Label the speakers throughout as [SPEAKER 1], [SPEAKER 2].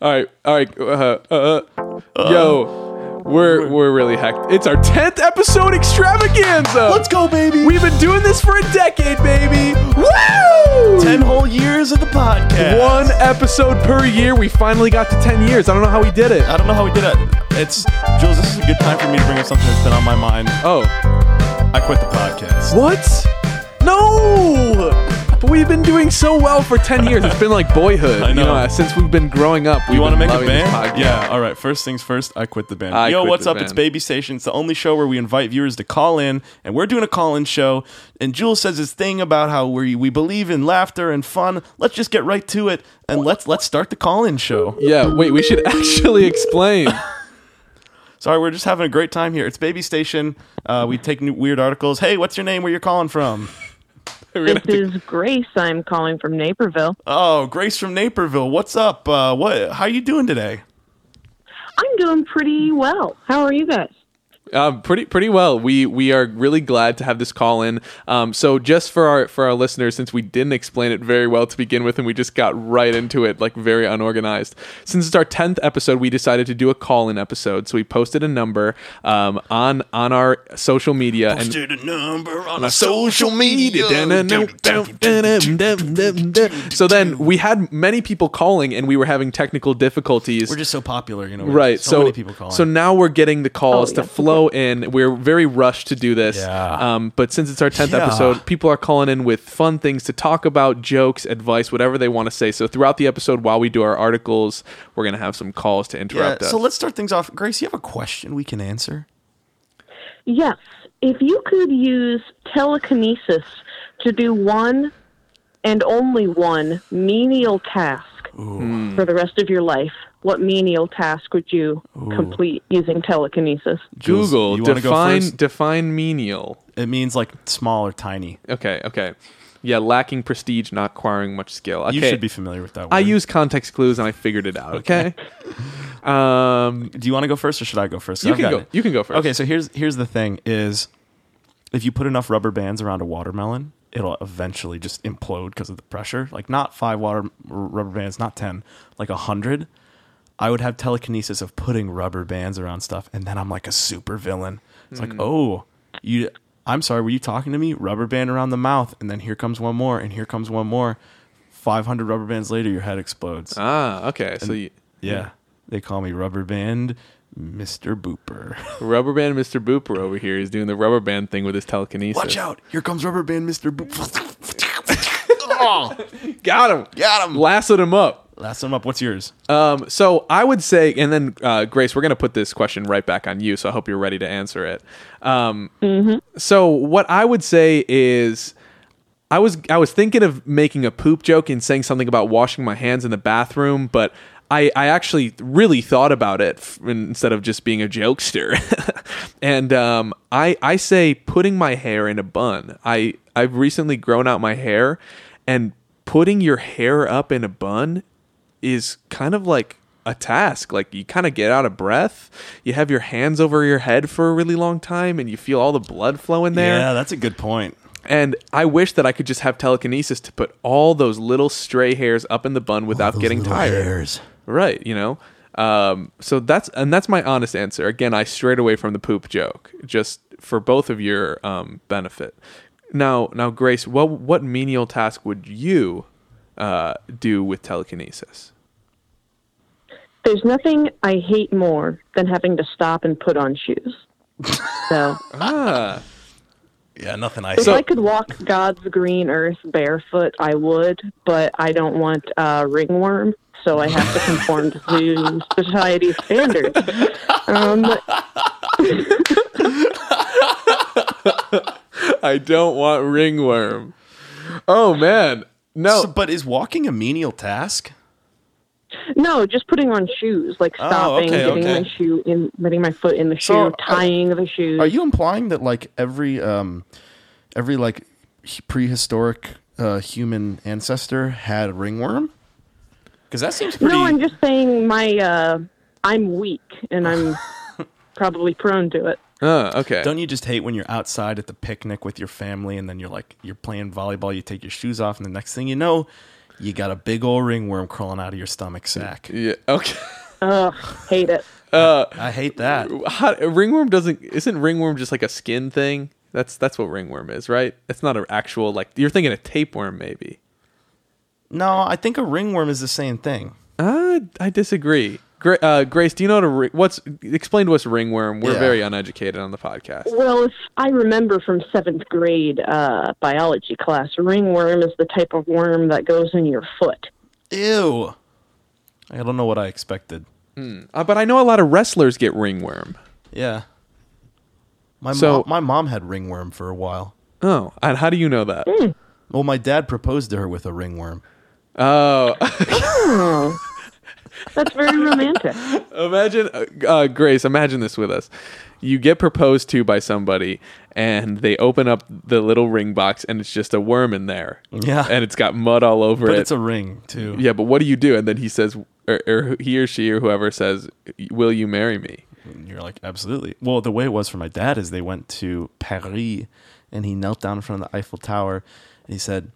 [SPEAKER 1] All right, all right. Uh, uh, yo, we're we're really hacked. It's our tenth episode extravaganza.
[SPEAKER 2] Let's go, baby.
[SPEAKER 1] We've been doing this for a decade, baby. Woo!
[SPEAKER 2] ten whole years of the podcast.
[SPEAKER 1] One episode per year. We finally got to ten years. I don't know how we did it.
[SPEAKER 2] I don't know how we did it. It's Jules. This is a good time for me to bring up something that's been on my mind.
[SPEAKER 1] Oh,
[SPEAKER 2] I quit the podcast.
[SPEAKER 1] what? No. But we've been doing so well for ten years. It's been like boyhood.
[SPEAKER 2] I
[SPEAKER 1] You
[SPEAKER 2] know.
[SPEAKER 1] know since we've been growing up, we
[SPEAKER 2] You want to make a
[SPEAKER 1] band?
[SPEAKER 2] band? Yeah. All right. First things first. I quit the band.
[SPEAKER 1] I
[SPEAKER 2] Yo,
[SPEAKER 1] quit
[SPEAKER 2] what's
[SPEAKER 1] the
[SPEAKER 2] up? It's
[SPEAKER 1] band.
[SPEAKER 2] Baby Station. It's the only show where we invite viewers to call in, and we're doing a call-in show. And Jules says his thing about how we we believe in laughter and fun. Let's just get right to it, and let's let's start the call-in show.
[SPEAKER 1] Yeah. Wait, we should actually explain.
[SPEAKER 2] Sorry, we're just having a great time here. It's Baby Station. Uh, we take new, weird articles. Hey, what's your name? Where you're calling from?
[SPEAKER 1] We're gonna Uh.
[SPEAKER 3] This
[SPEAKER 1] have to-
[SPEAKER 3] is Grace. I'm calling from Naperville.
[SPEAKER 2] Oh, Grace from Naperville. What's up? Uh, what? How you doing today?
[SPEAKER 3] I'm doing pretty well. How are you guys?
[SPEAKER 1] Um, pretty pretty well. We we are really glad to have this call in. Um, so just for our for our listeners, since we didn't explain it very well to begin with, and we just got right into it like very unorganized. Since it's our tenth episode, we decided to do a call in episode. So we posted a number um, on on our social media and
[SPEAKER 2] Posted a number on
[SPEAKER 1] So then we had many people calling, and we were having technical difficulties.
[SPEAKER 2] We're just so popular, you know.
[SPEAKER 1] right
[SPEAKER 2] So,
[SPEAKER 1] so
[SPEAKER 2] many people calling.
[SPEAKER 1] so now we're getting the calls
[SPEAKER 3] Oh,
[SPEAKER 1] to
[SPEAKER 3] yeah.
[SPEAKER 1] flow in we're very rushed to do this
[SPEAKER 2] Yeah.
[SPEAKER 1] um, but since it's our 10th
[SPEAKER 2] Yeah.
[SPEAKER 1] episode people are calling in with fun things to talk about jokes advice whatever they want to say so throughout the episode while we do our articles we're going to have some calls to
[SPEAKER 2] yeah.
[SPEAKER 1] interrupt us
[SPEAKER 2] So let's start things off. Grace, you have a question we can answer.
[SPEAKER 3] Yes. If you could use telekinesis to do one and only one menial task for the rest of your life, what menial task would you complete using telekinesis?
[SPEAKER 2] Jules,
[SPEAKER 1] google
[SPEAKER 2] you wanna go
[SPEAKER 1] define
[SPEAKER 2] first?
[SPEAKER 1] define menial
[SPEAKER 2] It means like small or tiny.
[SPEAKER 1] okay okay yeah lacking prestige not acquiring much skill okay
[SPEAKER 2] You should be familiar with that. Word.
[SPEAKER 1] i use context clues and i figured it out okay um
[SPEAKER 2] Do you want to go first, or should I go first? 'Cause
[SPEAKER 1] You
[SPEAKER 2] I've
[SPEAKER 1] can
[SPEAKER 2] gotten
[SPEAKER 1] go-
[SPEAKER 2] it.
[SPEAKER 1] you can go first.
[SPEAKER 2] Okay. So here's here's the thing: is if you put enough rubber bands around a watermelon, it'll eventually just implode because of the pressure. Like not five water r- rubber bands, not ten, like a hundred. I would have telekinesis of putting rubber bands around stuff, and then I'm like a super villain. It's like, oh, you. I'm sorry, were you talking to me? Rubber band around the mouth, and then here comes one more, and here comes one more. Five hundred rubber bands later, your head explodes.
[SPEAKER 1] ah okay so you
[SPEAKER 2] Yeah. They call me Rubber Band Mr. Booper.
[SPEAKER 1] Rubber band Mr. Booper over here is doing the rubber band thing with his telekinesis.
[SPEAKER 2] Watch out. Here comes Rubber Band Mr. Booper.
[SPEAKER 1] Got him.
[SPEAKER 2] Oh, Got him.
[SPEAKER 1] Lassoed him up.
[SPEAKER 2] Last one up. What's yours?
[SPEAKER 1] Um, so I would say, and then uh, Grace, we're going to put this question right back on you. So I hope you're ready to answer it. Um, So what I would say is, I was I was thinking of making a poop joke and saying something about washing my hands in the bathroom, but I, I actually really thought about it f- instead of just being a jokester, and um, I I say putting my hair in a bun. I I've recently grown out my hair, and putting your hair up in a bun is kind of like a task. Like you kind of get out of breath. You have your hands over your head for a really long time, and you feel all the blood flow in there.
[SPEAKER 2] Yeah, that's a good point.
[SPEAKER 1] And I wish that I could just have telekinesis to put all those little stray hairs up in the bun without getting tired. Right, you know. Um, so that's and that's my honest answer. Again, I strayed away from the poop joke just for both of your um, benefit. Now, now, Grace, what what menial task would you uh, do with telekinesis?
[SPEAKER 3] There's nothing I hate more than having to stop and put on shoes. So,
[SPEAKER 2] Yeah, nothing I
[SPEAKER 3] if
[SPEAKER 2] so,
[SPEAKER 3] I could walk God's green earth barefoot, I would, but I don't want uh, ringworm, so I have to conform to society's standards. Um,
[SPEAKER 1] I don't want ringworm. Oh man, no.
[SPEAKER 2] So- But is walking a menial task?
[SPEAKER 3] no, just putting on shoes, like
[SPEAKER 2] Oh,
[SPEAKER 3] stopping,
[SPEAKER 2] okay,
[SPEAKER 3] getting
[SPEAKER 2] okay.
[SPEAKER 3] my shoe in, getting my foot in the shoe,
[SPEAKER 2] So, are-
[SPEAKER 3] tying the shoe.
[SPEAKER 2] Are you implying that like every um every like h- prehistoric uh human ancestor had ringworm? Cuz that seems pretty
[SPEAKER 3] no, I'm just saying my uh, I'm weak and I'm probably prone to it.
[SPEAKER 1] Uh, okay.
[SPEAKER 2] Don't you just hate when you're outside at the picnic with your family and then you're like you're playing volleyball, you take your shoes off, and the next thing you know, You got a big old ringworm crawling out of your stomach sack.
[SPEAKER 1] Yeah. Okay.
[SPEAKER 3] Ugh, hate it.
[SPEAKER 2] I hate that.
[SPEAKER 1] How, ringworm doesn't. Isn't ringworm just like a skin thing? That's that's what ringworm is, right? It's not an actual like. You're thinking a tapeworm, maybe.
[SPEAKER 2] No, I think a ringworm is the same thing.
[SPEAKER 1] Uh, I disagree. Gra- uh, Grace, do you know what a ri- what's explain to us ringworm? We're
[SPEAKER 2] Yeah.
[SPEAKER 1] very uneducated on the podcast.
[SPEAKER 3] Well, if I remember from seventh grade uh, biology class, ringworm is the type of worm that goes in your foot.
[SPEAKER 2] Ew. I don't know what I expected.
[SPEAKER 1] Uh, but I know a lot of wrestlers get ringworm.
[SPEAKER 2] Yeah. My
[SPEAKER 1] So-
[SPEAKER 2] mom, my mom had ringworm for a while.
[SPEAKER 1] Oh, and how do you know that?
[SPEAKER 2] Well, my dad proposed to her with a ringworm.
[SPEAKER 1] Oh,
[SPEAKER 3] Oh, that's very romantic.
[SPEAKER 1] imagine uh, uh, Grace. Imagine this with us. You get proposed to by somebody, and they open up the little ring box, and it's just a worm in there.
[SPEAKER 2] Yeah.
[SPEAKER 1] and it's got mud all over
[SPEAKER 2] But
[SPEAKER 1] it.
[SPEAKER 2] it's a ring too.
[SPEAKER 1] yeah, but what do you do? And then he says, or, or he or she or whoever says, "Will you marry me?"
[SPEAKER 2] And you're like, absolutely. Well, the way it was for my dad is they went to Paris and he knelt down in front of the Eiffel Tower and he said,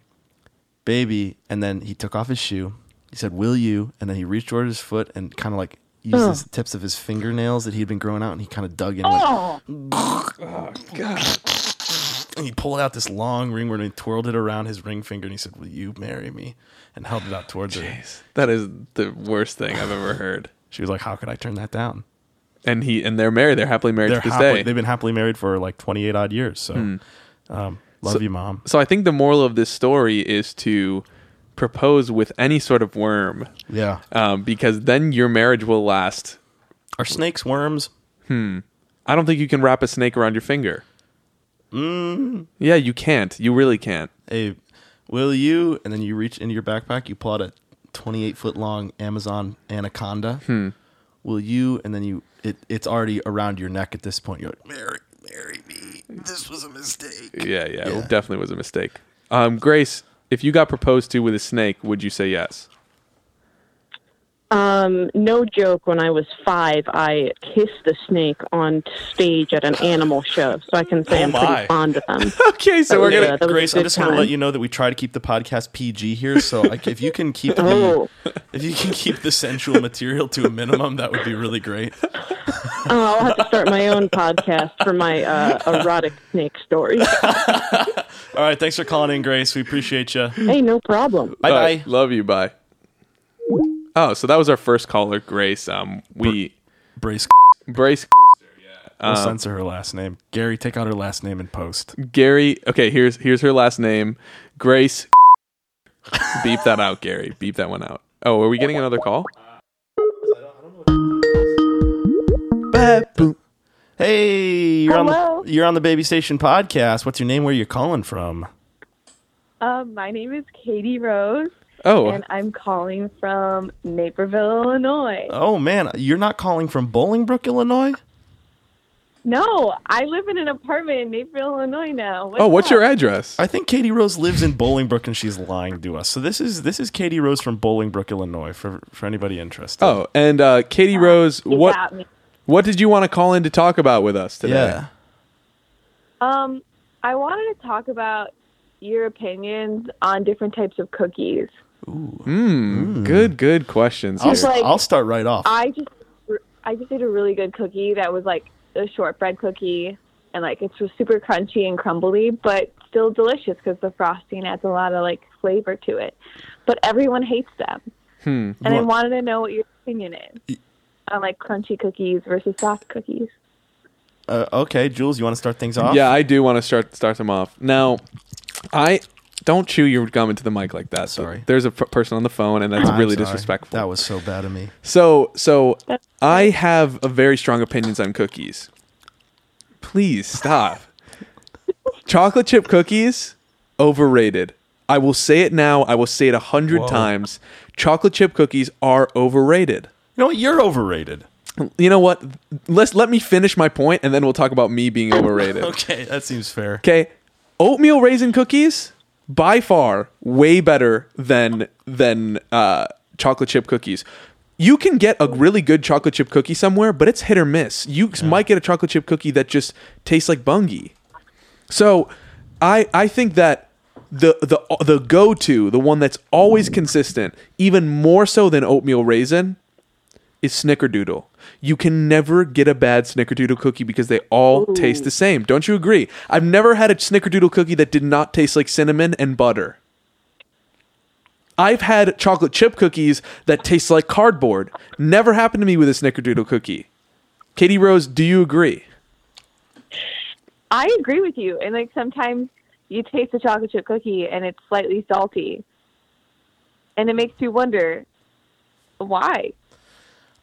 [SPEAKER 2] Baby. And then he took off his shoe. He said, Will you? And then he reached over his foot and kind of like used
[SPEAKER 3] Ugh.
[SPEAKER 2] his tips of his fingernails that he'd been growing out and he kind of dug in. and went,
[SPEAKER 3] Oh,
[SPEAKER 2] And he pulled out this long ringworm and he twirled it around his ring finger and he said, Will you marry me? And held it out towards her.
[SPEAKER 1] That is the worst thing I've ever heard.
[SPEAKER 2] She was like, How could I turn that down?
[SPEAKER 1] And he and they're married. They're happily married
[SPEAKER 2] They're
[SPEAKER 1] to this
[SPEAKER 2] happily,
[SPEAKER 1] day. Hmm.
[SPEAKER 2] they've been happily married for like 28 odd years. So, um, love you, mom.
[SPEAKER 1] so I think the moral of this story is to propose with any sort of worm,
[SPEAKER 2] Yeah.
[SPEAKER 1] um, because then your marriage will last.
[SPEAKER 2] Are snakes worms?
[SPEAKER 1] I don't think you can wrap a snake around your finger. Yeah, you can't. You really can't.
[SPEAKER 2] Hey, will you? And then you reach into your backpack, you pull out a 28 foot long Amazon anaconda. Will you? And then you, it, it's already around your neck at this point. You're like, marry, marry me. This was a mistake.
[SPEAKER 1] Yeah, yeah,
[SPEAKER 2] Yeah.
[SPEAKER 1] It definitely was a mistake. Um, Grace, if you got proposed to with a snake, would you say yes?
[SPEAKER 3] um, no joke. When I was five, I kissed a snake on stage at an animal show, so I can say
[SPEAKER 2] Oh
[SPEAKER 3] I'm
[SPEAKER 2] my.
[SPEAKER 3] pretty fond of them.
[SPEAKER 1] Okay, so we're
[SPEAKER 3] Yeah,
[SPEAKER 1] gonna.
[SPEAKER 3] that was a
[SPEAKER 2] Grace, I'm
[SPEAKER 3] good
[SPEAKER 2] just going to
[SPEAKER 3] time.
[SPEAKER 2] let you know that we try to keep the podcast PG here. So, like, if you can keep the,
[SPEAKER 3] Oh.
[SPEAKER 2] if you can keep the sensual material to a minimum, that would be really great.
[SPEAKER 3] Oh, I'll have to start my own podcast for my uh, erotic snake stories.
[SPEAKER 2] All right, thanks for calling in, Grace. We appreciate Uh, you. Bye
[SPEAKER 3] Hey, no problem.
[SPEAKER 1] All
[SPEAKER 2] bye.
[SPEAKER 1] right, love you. Bye. Oh, so that was our first caller, Grace. Um, we
[SPEAKER 2] Brace.
[SPEAKER 1] Brace
[SPEAKER 2] We'll censor her last name. Gary, take out her last name and post.
[SPEAKER 1] Gary. Okay, here's here's her last name, Grace. Beep that out, Gary. Beep that one out. Oh, are we getting another call?
[SPEAKER 2] Hey, you're
[SPEAKER 4] Hello?
[SPEAKER 2] on the you're on the Baby Station podcast. What's your name? Where you calling from?
[SPEAKER 4] Um, my name is Katie Rose,
[SPEAKER 1] Oh,
[SPEAKER 4] and I'm calling from Naperville, Illinois.
[SPEAKER 2] Oh man, you're not calling from Bolingbrook, Illinois.
[SPEAKER 4] No, I live in an apartment in Naperville, Illinois now.
[SPEAKER 1] oh, what's your
[SPEAKER 4] up?
[SPEAKER 1] address?
[SPEAKER 2] I think Katie Rose lives in Bolingbrook and she's lying to us. So this is this is Katie Rose from Bolingbrook, Illinois. For for anybody interested.
[SPEAKER 1] Oh, and uh, Katie Rose,
[SPEAKER 4] You
[SPEAKER 1] what
[SPEAKER 4] got me.
[SPEAKER 1] what did you want to call in to talk about with us today?
[SPEAKER 2] yeah.
[SPEAKER 4] Um, I wanted to talk about your opinions on different types of cookies.
[SPEAKER 1] Mm, Good, good questions.
[SPEAKER 2] I'll,
[SPEAKER 1] here.
[SPEAKER 4] Just like- uh,
[SPEAKER 2] I'll start right off.
[SPEAKER 4] I just, I just did a really good cookie that was like a shortbread cookie, and like it's just super crunchy and crumbly, but still delicious because the frosting adds a lot of like flavor to it. But everyone hates them,
[SPEAKER 1] Hmm.
[SPEAKER 4] and I
[SPEAKER 2] What-
[SPEAKER 4] wanted to know what your opinion is on like crunchy cookies versus soft cookies.
[SPEAKER 2] Uh, okay, Jules, you want to start things off?
[SPEAKER 1] Yeah, I do want to start start them off. Now, I don't chew your gum into the mic like that.
[SPEAKER 2] Sorry.
[SPEAKER 1] There's a p- person on the phone, and that's
[SPEAKER 2] I'm
[SPEAKER 1] really
[SPEAKER 2] sorry.
[SPEAKER 1] disrespectful.
[SPEAKER 2] That was so bad of me.
[SPEAKER 1] so so. I have a very strong opinions on cookies. Please stop. Chocolate chip cookies overrated. I will say it now. I will say it a hundred
[SPEAKER 2] Whoa.
[SPEAKER 1] times. Chocolate chip cookies are overrated.
[SPEAKER 2] You know what? You're overrated.
[SPEAKER 1] You know what? Let's let me finish my point, and then we'll talk about me being overrated.
[SPEAKER 2] Okay, that seems fair.
[SPEAKER 1] Okay, oatmeal raisin cookies by far way better than than uh, chocolate chip cookies. You can get a really good chocolate chip cookie somewhere, but it's hit or miss. You might get a chocolate chip cookie that just tastes like bungy. So, I I think that the the the go to, the one that's always consistent, even more so than oatmeal raisin, is snickerdoodle. You can never get a bad snickerdoodle cookie because they all taste the same. Don't you agree? I've never had a snickerdoodle cookie that did not taste like cinnamon and butter. I've had chocolate chip cookies that taste like cardboard. Never happened to me with a snickerdoodle cookie. Katie Rose, do you agree?
[SPEAKER 4] I agree with you. And like sometimes you taste a chocolate chip cookie and it's slightly salty. And it makes you wonder why.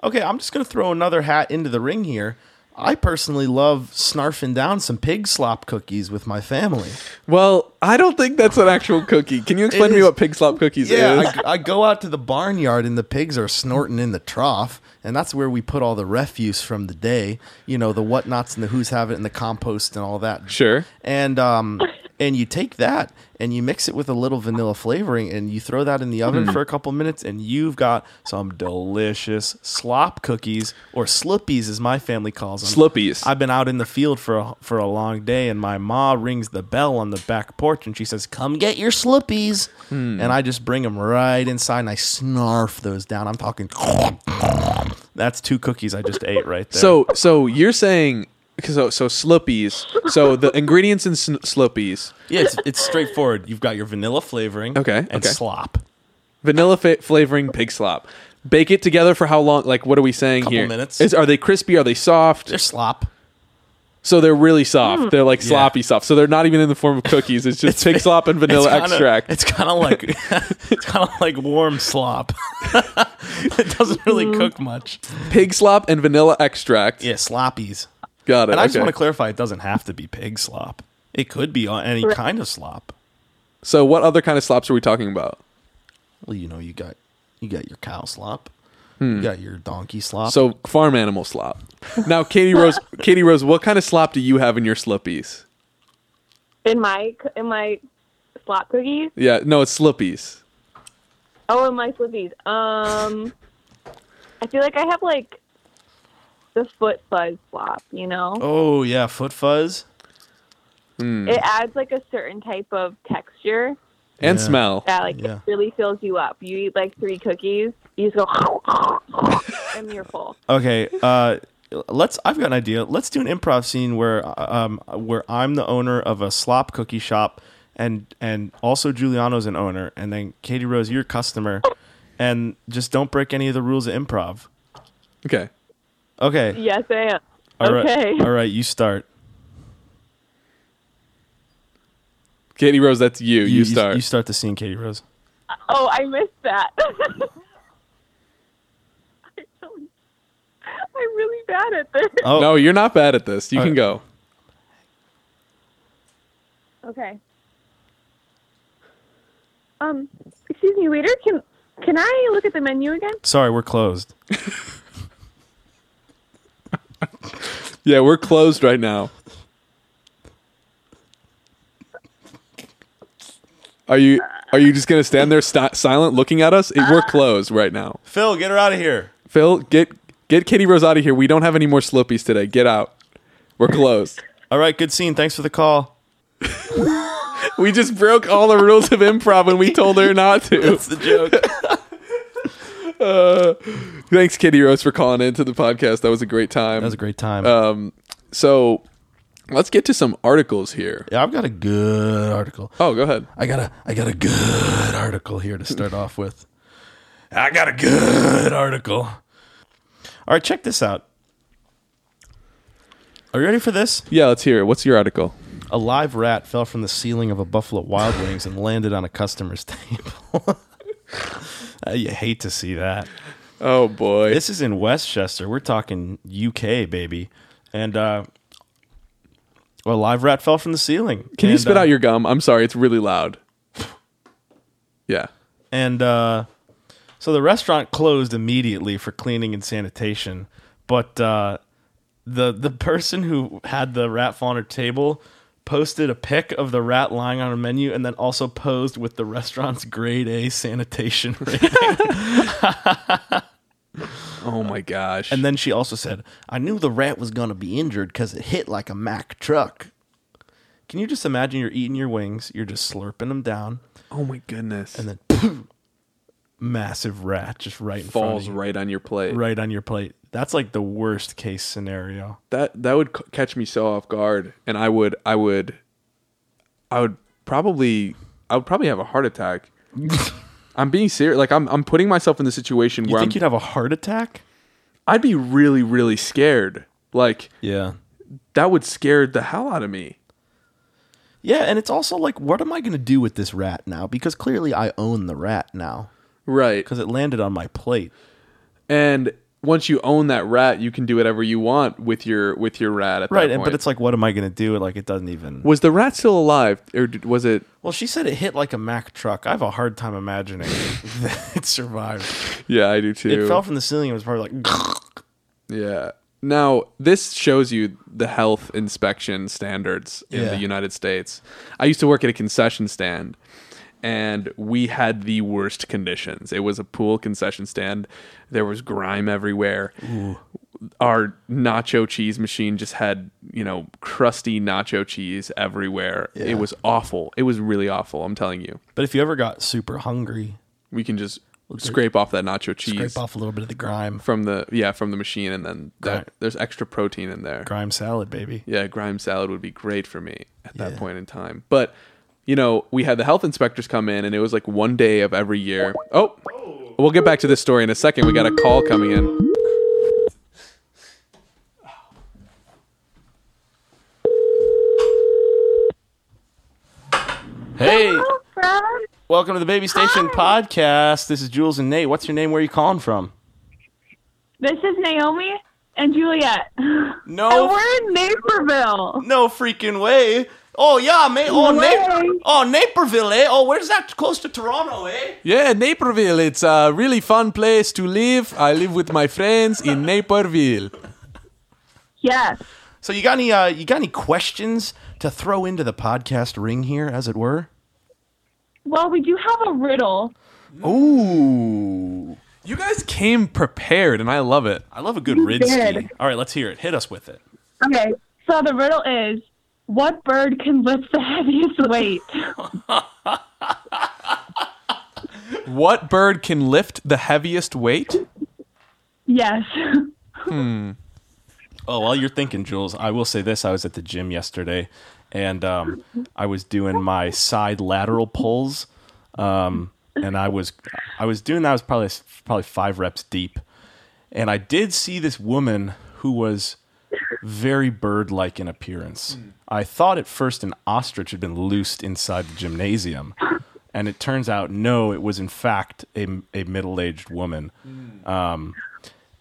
[SPEAKER 2] Okay, I'm just going to throw another hat into the ring here. I personally love snarfing down some pig slop cookies with my family.
[SPEAKER 1] Well, I don't think that's an actual cookie. Can you explain to me
[SPEAKER 2] is-
[SPEAKER 1] what pig slop cookies is?
[SPEAKER 2] Yeah, I, I go out to the barnyard and the pigs are snorting in the trough, and that's where we put all the refuse from the day. You know, the whatnots and the who's have it and the compost and all that.
[SPEAKER 1] Sure.
[SPEAKER 2] And um, and you take that and you mix it with a little vanilla flavoring, and you throw that in the oven for a couple minutes, and you've got some delicious slop cookies or slippies, as my family calls them.
[SPEAKER 1] Slippies.
[SPEAKER 2] I've been out in the field for a, for a long day, and my ma rings the bell on the back porch, and she says, "Come get your slippies,"
[SPEAKER 1] Hmm.
[SPEAKER 2] and I just bring them right inside, and I snarf those down. I'm talking. That's two cookies I just ate right there.
[SPEAKER 1] So, so you're saying so so slippies. So the ingredients in sn- slippies:
[SPEAKER 2] yeah, it's, it's straightforward. You've got your vanilla flavoring,
[SPEAKER 1] Okay,
[SPEAKER 2] and
[SPEAKER 1] okay.
[SPEAKER 2] slop.
[SPEAKER 1] vanilla fa- flavoring, pig slop. Bake it together for how long? Like, what are we saying
[SPEAKER 2] Couple
[SPEAKER 1] here?
[SPEAKER 2] minutes.
[SPEAKER 1] Is, are they crispy? Are they soft?
[SPEAKER 2] They're slop.
[SPEAKER 1] so they're really soft. They're like sloppy soft. So they're not even in the form of cookies. It's just pig slop and vanilla
[SPEAKER 2] It's kinda-
[SPEAKER 1] extract.
[SPEAKER 2] It's kind of like it's kind of like warm slop. it doesn't really cook much.
[SPEAKER 1] pig slop and vanilla extract.
[SPEAKER 2] Yeah, sloppies.
[SPEAKER 1] Got it.
[SPEAKER 2] And I just
[SPEAKER 1] okay.
[SPEAKER 2] want to clarify, it doesn't have to be pig slop. It could be on any kind of slop.
[SPEAKER 1] so, what other kind of slops are we talking about?
[SPEAKER 2] Well, you know, you got you got your cow slop, you got your donkey slop.
[SPEAKER 1] Hmm. So, farm animal slop. Now, Katie Rose, Katie Rose, what kind of slop do you have in your slippies?
[SPEAKER 4] In my in my slop cookies.
[SPEAKER 1] Yeah, no, it's slippies.
[SPEAKER 4] Oh, in my slippies. Um, I feel like I have like the foot fuzz slop. You know,
[SPEAKER 2] oh Mm. yeah, foot fuzz.
[SPEAKER 4] it adds like a certain type of texture
[SPEAKER 1] and
[SPEAKER 2] Yeah.
[SPEAKER 1] smell.
[SPEAKER 4] that like
[SPEAKER 2] Yeah.
[SPEAKER 4] really fills you up. You eat like three cookies, you just go, and you're full.
[SPEAKER 2] Okay, uh, let's. I've got an idea. Let's do an improv scene where um, where I'm the owner of a slop cookie shop, and and also Giuliano's an owner, and then Katie Rose, you're a customer, and just don't break any of the rules of improv.
[SPEAKER 1] Okay.
[SPEAKER 2] Okay.
[SPEAKER 4] Yes, I am.
[SPEAKER 2] All right.
[SPEAKER 4] okay.
[SPEAKER 2] All right. You start.
[SPEAKER 1] Katie Rose, that's you. You, start.
[SPEAKER 2] You start the scene, Katie Rose.
[SPEAKER 4] Oh, I missed that. I really- I'm really bad at this.
[SPEAKER 2] Oh,
[SPEAKER 1] no, you're not bad at this. You can
[SPEAKER 2] right.
[SPEAKER 1] go.
[SPEAKER 4] Okay. Um, excuse me, waiter. Can can I look at the menu again?
[SPEAKER 2] sorry, we're closed.
[SPEAKER 1] Yeah, we're closed right now. Are you are you just gonna stand there sti- silent, looking at us? It- We're closed right now.
[SPEAKER 2] Phil, get her out of here.
[SPEAKER 1] Phil, get get Katie Rose out of here. We don't have any more slippies today. Get out. We're closed.
[SPEAKER 2] All right. Good scene. Thanks for the call.
[SPEAKER 1] we just broke all the rules of improv when we told her not to.
[SPEAKER 2] It's the joke.
[SPEAKER 1] Thanks, Katie Rose, for calling into the podcast. That was a great time.
[SPEAKER 2] That was a great time.
[SPEAKER 1] Um, so let's get to some articles here.
[SPEAKER 2] yeah, I've got a good article.
[SPEAKER 1] Oh, go ahead.
[SPEAKER 2] I got a I got a good article here to start off with. I got a good article. All right, check this out. Are you ready for this?
[SPEAKER 1] Yeah, let's hear it. What's your article?
[SPEAKER 2] A live rat fell from the ceiling of a Buffalo Wild Wings and landed on a customer's table. Uh, you hate to see that.
[SPEAKER 1] Oh boy.
[SPEAKER 2] This is in Westchester. We're talking UK, baby. And uh, a live rat fell from the ceiling.
[SPEAKER 1] Can you
[SPEAKER 2] And,
[SPEAKER 1] spit
[SPEAKER 2] uh,
[SPEAKER 1] out your gum? I'm sorry, it's really loud. Yeah.
[SPEAKER 2] and uh, so the restaurant closed immediately for cleaning and sanitation. But uh, the the person who had the rat fall on her table posted a pic of the rat lying on a menu and then also posed with the restaurant's grade A sanitation rating.
[SPEAKER 1] Oh my gosh.
[SPEAKER 2] and then she also said, "I knew the rat was gonna be injured because it hit like a Mack truck." Can you just imagine you're eating your wings, you're just slurping them down,
[SPEAKER 1] Oh my goodness.
[SPEAKER 2] and then massive rat just right in front of
[SPEAKER 1] falls
[SPEAKER 2] you,
[SPEAKER 1] right on your plate.
[SPEAKER 2] right on your plate. That's like the worst case scenario.
[SPEAKER 1] That that would c- catch me so off guard, and I would I would I would probably I would probably have a heart attack. I'm being serious. Like I'm I'm putting myself in the situation
[SPEAKER 2] You
[SPEAKER 1] where
[SPEAKER 2] think
[SPEAKER 1] I'm,
[SPEAKER 2] you'd have a heart attack?
[SPEAKER 1] I'd be really really scared. Like
[SPEAKER 2] Yeah.
[SPEAKER 1] that would scare the hell out of me.
[SPEAKER 2] Yeah, and it's also like, what am I going to do with this rat now? Because clearly I own the rat now
[SPEAKER 1] Right.
[SPEAKER 2] because it landed on my plate.
[SPEAKER 1] And once you own that rat, you can do whatever you want with your with your rat at
[SPEAKER 2] Right,
[SPEAKER 1] that
[SPEAKER 2] and,
[SPEAKER 1] point.
[SPEAKER 2] but it's like, what am I going to do? Like, it doesn't even.
[SPEAKER 1] was the rat still alive or did, was it
[SPEAKER 2] Well, she said it hit like a Mack truck. I have a hard time imagining that it survived.
[SPEAKER 1] Yeah, I do too.
[SPEAKER 2] It fell from the ceiling and was probably like,
[SPEAKER 1] Yeah. Now, this shows you the health inspection standards in
[SPEAKER 2] Yeah.
[SPEAKER 1] the United States. I used to work at a concession stand and we had the worst conditions. It was a pool concession stand. There was grime everywhere. Our nacho cheese machine just had, you know, crusty nacho cheese everywhere.
[SPEAKER 2] Yeah.
[SPEAKER 1] It was awful. It was really awful, I'm telling you.
[SPEAKER 2] But if you ever got super hungry,
[SPEAKER 1] We can just scrape off that nacho cheese
[SPEAKER 2] scrape off a little bit of the grime.
[SPEAKER 1] from the yeah, from the machine and then
[SPEAKER 2] Right.
[SPEAKER 1] that, there's extra protein in there.
[SPEAKER 2] Grime salad, baby.
[SPEAKER 1] yeah, grime salad would be great for me at that
[SPEAKER 2] Yeah.
[SPEAKER 1] point in time. But you know, we had the health inspectors come in, and it was like one day of every year. Oh, we'll get back to this story in a second. We got a call coming in.
[SPEAKER 2] Hey,
[SPEAKER 4] Fred?
[SPEAKER 2] welcome to the Baby Station podcast. This is Jules and Nate. What's your name? Where are you calling from?
[SPEAKER 4] This is Naomi and Juliet. And
[SPEAKER 2] No,
[SPEAKER 4] we're in Naperville.
[SPEAKER 2] no freaking way. Oh yeah, mate. Oh,
[SPEAKER 4] Way.
[SPEAKER 2] Na- oh Naperville, eh? Oh, where's that? Close to Toronto, eh?
[SPEAKER 1] Yeah, Naperville. It's a really fun place to live. I live with my friends in Naperville.
[SPEAKER 4] Yes.
[SPEAKER 2] So you got any? Uh, you got any questions to throw into the podcast ring here, as it were?
[SPEAKER 4] Well, we do have a riddle. Mm.
[SPEAKER 2] Ooh,
[SPEAKER 1] You guys came prepared, and I love it.
[SPEAKER 2] I love a good rid ski.
[SPEAKER 4] did.
[SPEAKER 2] All right, let's hear it. Hit us with it.
[SPEAKER 4] Okay. So the riddle is what bird can lift the heaviest weight?
[SPEAKER 1] What bird can lift the heaviest weight?
[SPEAKER 4] yes.
[SPEAKER 2] Oh, while you're thinking, Jules, I will say this: I was at the gym yesterday, and um, I was doing my side lateral pulls, um, and I was I was doing that. I was probably probably five reps deep, and I did see this woman who was very bird-like in appearance. I thought at first an ostrich had been loosed inside the gymnasium, and it turns out no, it was in fact a, a middle-aged woman, um,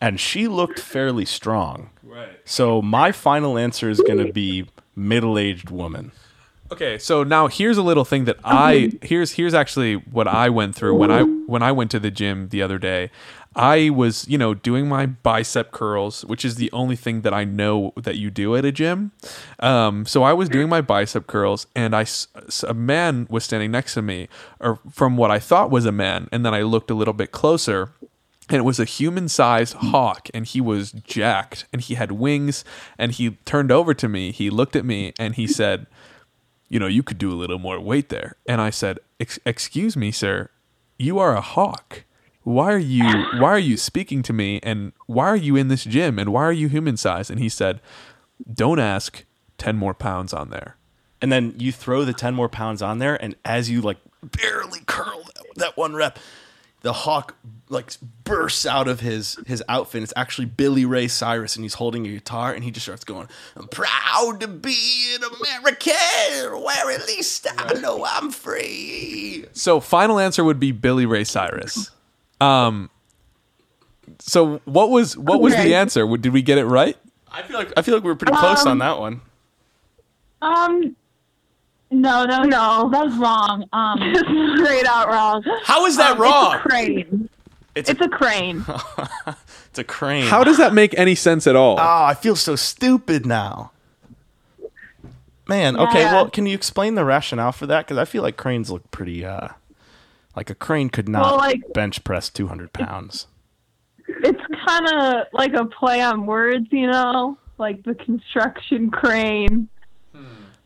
[SPEAKER 2] and she looked fairly strong.
[SPEAKER 1] Right.
[SPEAKER 2] So my final answer is going to be middle-aged woman.
[SPEAKER 1] Okay, so now here's a little thing that I here's here's actually what I went through when I when I went to the gym the other day. I was, you know, doing my bicep curls, which is the only thing that I know that you do at a gym. Um, so I was doing my bicep curls, and I s- s- a man was standing next to me, or from what I thought was a man, and then I looked a little bit closer, and it was a human sized hawk and he was jacked and he had wings and he turned over to me he looked at me and he said you know you could do a little more weight there and i said Ex- excuse me sir you are a hawk why are you why are you speaking to me and why are you in this gym and why are you human sized and he said don't ask 10 more pounds on there
[SPEAKER 2] And then you throw the 10 more pounds on there and as you like barely curl that, that one rep, the hawk like bursts out of his his outfit. It's actually Billy Ray Cyrus and he's holding a guitar and he just starts going, "I'm proud to be an American, where at least I know I'm free."
[SPEAKER 1] So final answer would be Billy Ray Cyrus. Um so what was what was
[SPEAKER 4] Okay.
[SPEAKER 1] the answer? Would- Did we get it right?
[SPEAKER 2] I feel like I feel like we were pretty close on
[SPEAKER 4] Um,
[SPEAKER 2] that one.
[SPEAKER 4] Um no, no, no. That's wrong. Um straight out wrong. Um,
[SPEAKER 2] How is that
[SPEAKER 4] It's
[SPEAKER 2] wrong?
[SPEAKER 4] a crane.
[SPEAKER 2] It's
[SPEAKER 4] It's a crane.
[SPEAKER 2] it's a crane.
[SPEAKER 1] How does that make any sense at all?
[SPEAKER 2] Oh, I feel so stupid now. Man, okay,
[SPEAKER 4] Yeah.
[SPEAKER 2] well, can you explain the rationale for that? Because I feel like cranes look pretty, uh, like a crane could not
[SPEAKER 4] Well, like-
[SPEAKER 2] bench press 200 pounds.
[SPEAKER 4] it's kind of like a play on words, you know, like the construction crane.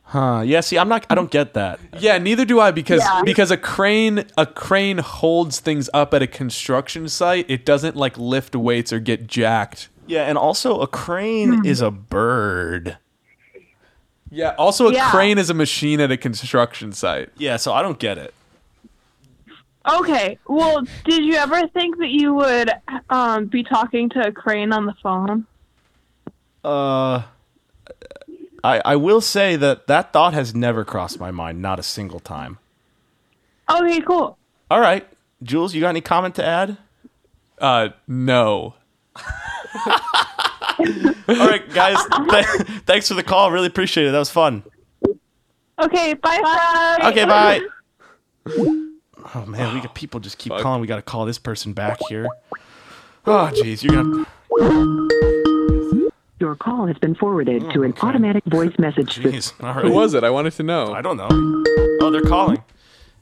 [SPEAKER 2] Huh. Yeah. See, I'm not. I don't get that.
[SPEAKER 1] Yeah, neither do I because
[SPEAKER 4] Yeah.
[SPEAKER 1] because a crane a crane holds things up at a construction site. It doesn't like lift weights or get jacked.
[SPEAKER 2] Yeah, and also a
[SPEAKER 4] Hmm.
[SPEAKER 2] crane is a bird.
[SPEAKER 1] Yeah. Also, a
[SPEAKER 4] Yeah.
[SPEAKER 1] crane is a machine at a construction site.
[SPEAKER 2] Yeah. So I don't get it.
[SPEAKER 4] Okay. Well, did you ever think that you would um, be talking to a crane on the phone?
[SPEAKER 2] Uh, I I will say that that thought has never crossed my mind, not a single time.
[SPEAKER 4] Okay, cool.
[SPEAKER 2] All right, Jules, you got any comment to add?
[SPEAKER 1] Uh, no.
[SPEAKER 2] All right, guys, th- thanks for the call. Really appreciate it. That was fun.
[SPEAKER 4] Okay, bye. Bye.
[SPEAKER 2] Okay, bye. Oh man, we got people just keep
[SPEAKER 1] Fuck.
[SPEAKER 2] calling. We got to call this person back here. Oh jeez, you're gonna.
[SPEAKER 3] Your call has been forwarded to an
[SPEAKER 2] okay.
[SPEAKER 3] automatic voice message system.
[SPEAKER 2] Jeez, all right.
[SPEAKER 1] Who was it? I wanted to know.
[SPEAKER 2] I don't know. Oh, they're calling.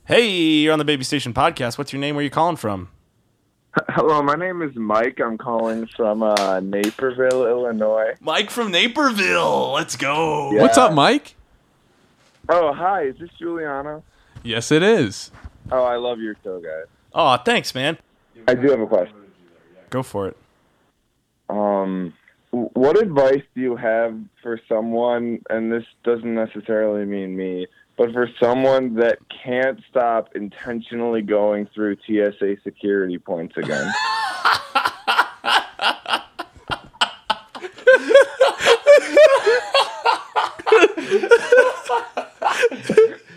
[SPEAKER 2] Hey, you're on the Baby Station podcast. What's your name? Where are you calling from?
[SPEAKER 5] Hello, my name is Mike. I'm calling from uh, Naperville, Illinois.
[SPEAKER 2] Mike from Naperville. Let's go.
[SPEAKER 5] Yeah.
[SPEAKER 1] What's up, Mike?
[SPEAKER 5] Oh, hi. Is this Juliana?
[SPEAKER 1] Yes, it is.
[SPEAKER 5] Oh, I love your show, guys.
[SPEAKER 2] Oh, thanks, man.
[SPEAKER 5] I do have a question.
[SPEAKER 2] Go for it.
[SPEAKER 5] Um, w- what advice do you have for someone, and this doesn't necessarily mean me, but for someone that can't stop intentionally going through TSA security points again?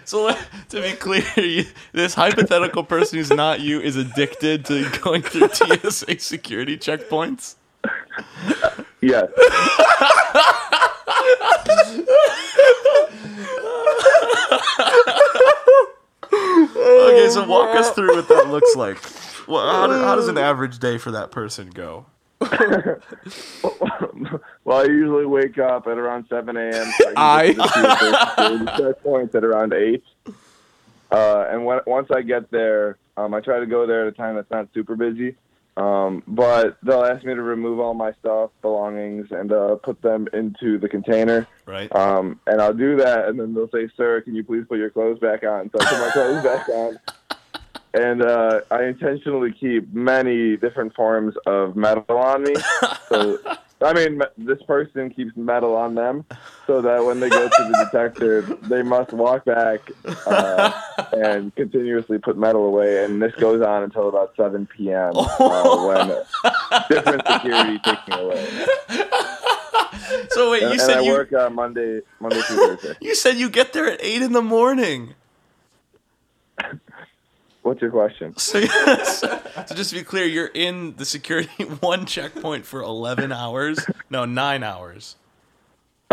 [SPEAKER 2] So let- to be clear, you, this hypothetical person who's not you is addicted to going through TSA security checkpoints.
[SPEAKER 5] yes.
[SPEAKER 2] Okay, so walk
[SPEAKER 5] Oh,
[SPEAKER 2] us through what that looks like. Well, how, do- how does an average day for that person go?
[SPEAKER 5] Well, I usually wake up at around 7 a.m. So
[SPEAKER 1] I-
[SPEAKER 5] I, can get to the security checkpoint at around 8. Uh, and when, once I get there, um, I try to go there at a time that's not super busy. Um, but they'll ask me to remove all my stuff, belongings, and uh, put them into the container.
[SPEAKER 2] Right.
[SPEAKER 5] Um, and I'll do that, and then they'll say, "Sir, can you please put your clothes back on?" So I put my clothes back on, and uh, I intentionally keep many different forms of metal on me. So, I mean, me- this person keeps metal on them, so that when they go to the detector, they must walk back uh, and continuously put metal away. And this goes on until about 7 p.m. uh, when different security takes me away.
[SPEAKER 2] So wait, you
[SPEAKER 5] And, and I
[SPEAKER 2] said you
[SPEAKER 5] work uh, Monday, Monday through Thursday.
[SPEAKER 2] you said you get there at eight in the morning.
[SPEAKER 5] What's your question?
[SPEAKER 2] So, yes. so just to be clear, you're in the security one checkpoint for 11 hours. No, nine hours.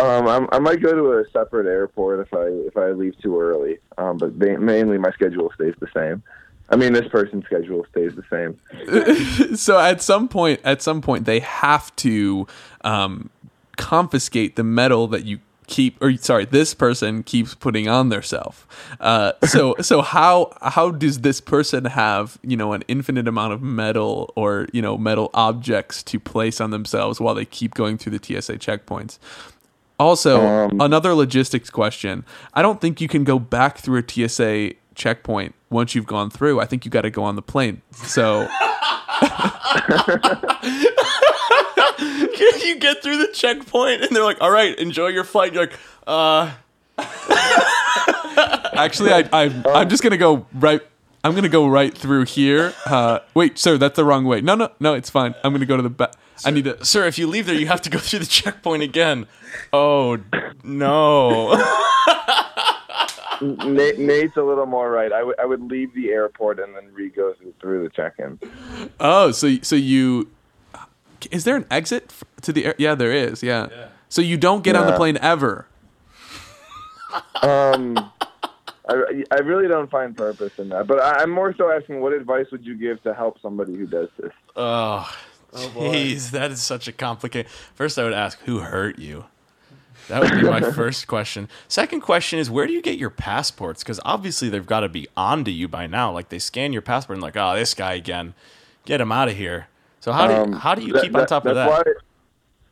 [SPEAKER 5] Um, I'm, I might go to a separate airport if I if I leave too early. Um, but ba- mainly my schedule stays the same. I mean, this person's schedule stays the same.
[SPEAKER 1] so at some point, at some point, they have to um, confiscate the metal that you keep, or sorry, this person keeps putting on themselves. Uh, so, so how how does this person have you know an infinite amount of metal or you know metal objects to place on themselves while they keep going through the TSA checkpoints? Also, another logistics question. I don't think you can go back through a TSA checkpoint once you've gone through. I think you got to go on the plane. So.
[SPEAKER 2] you get through the checkpoint and they're like, all right, enjoy your flight. You're like, uh,
[SPEAKER 1] Actually, I, I I'm just gonna go right. I'm gonna go right through here. Uh, wait, sir, that's the wrong way. No, no, no, it's fine. I'm gonna go to the back. I need to.
[SPEAKER 2] sir, if you leave there, you have to go through the checkpoint again. Oh, no.
[SPEAKER 5] Nate, Nate's a little more right. I would- I would leave the airport and then re go through, through the check-in.
[SPEAKER 1] Oh, so so you is there an exit f- to the air? Yeah, there is. Yeah. So you don't get on the
[SPEAKER 5] Yeah.
[SPEAKER 1] plane ever.
[SPEAKER 5] Um, I, I really don't find purpose in that. But I, I'm more so asking, what advice would you give to help somebody who does this?
[SPEAKER 2] Oh, jeez, that is such a complicated. First, I would ask, who hurt you? That would be my first question. Second question is, where do you get your passports? Because obviously they've got to be onto you by now. Like they scan your passport and like, oh, this guy again, get him out of here. So how do you,
[SPEAKER 5] Um,
[SPEAKER 2] how do you
[SPEAKER 5] that-
[SPEAKER 2] keep on top of that?
[SPEAKER 5] that's Why,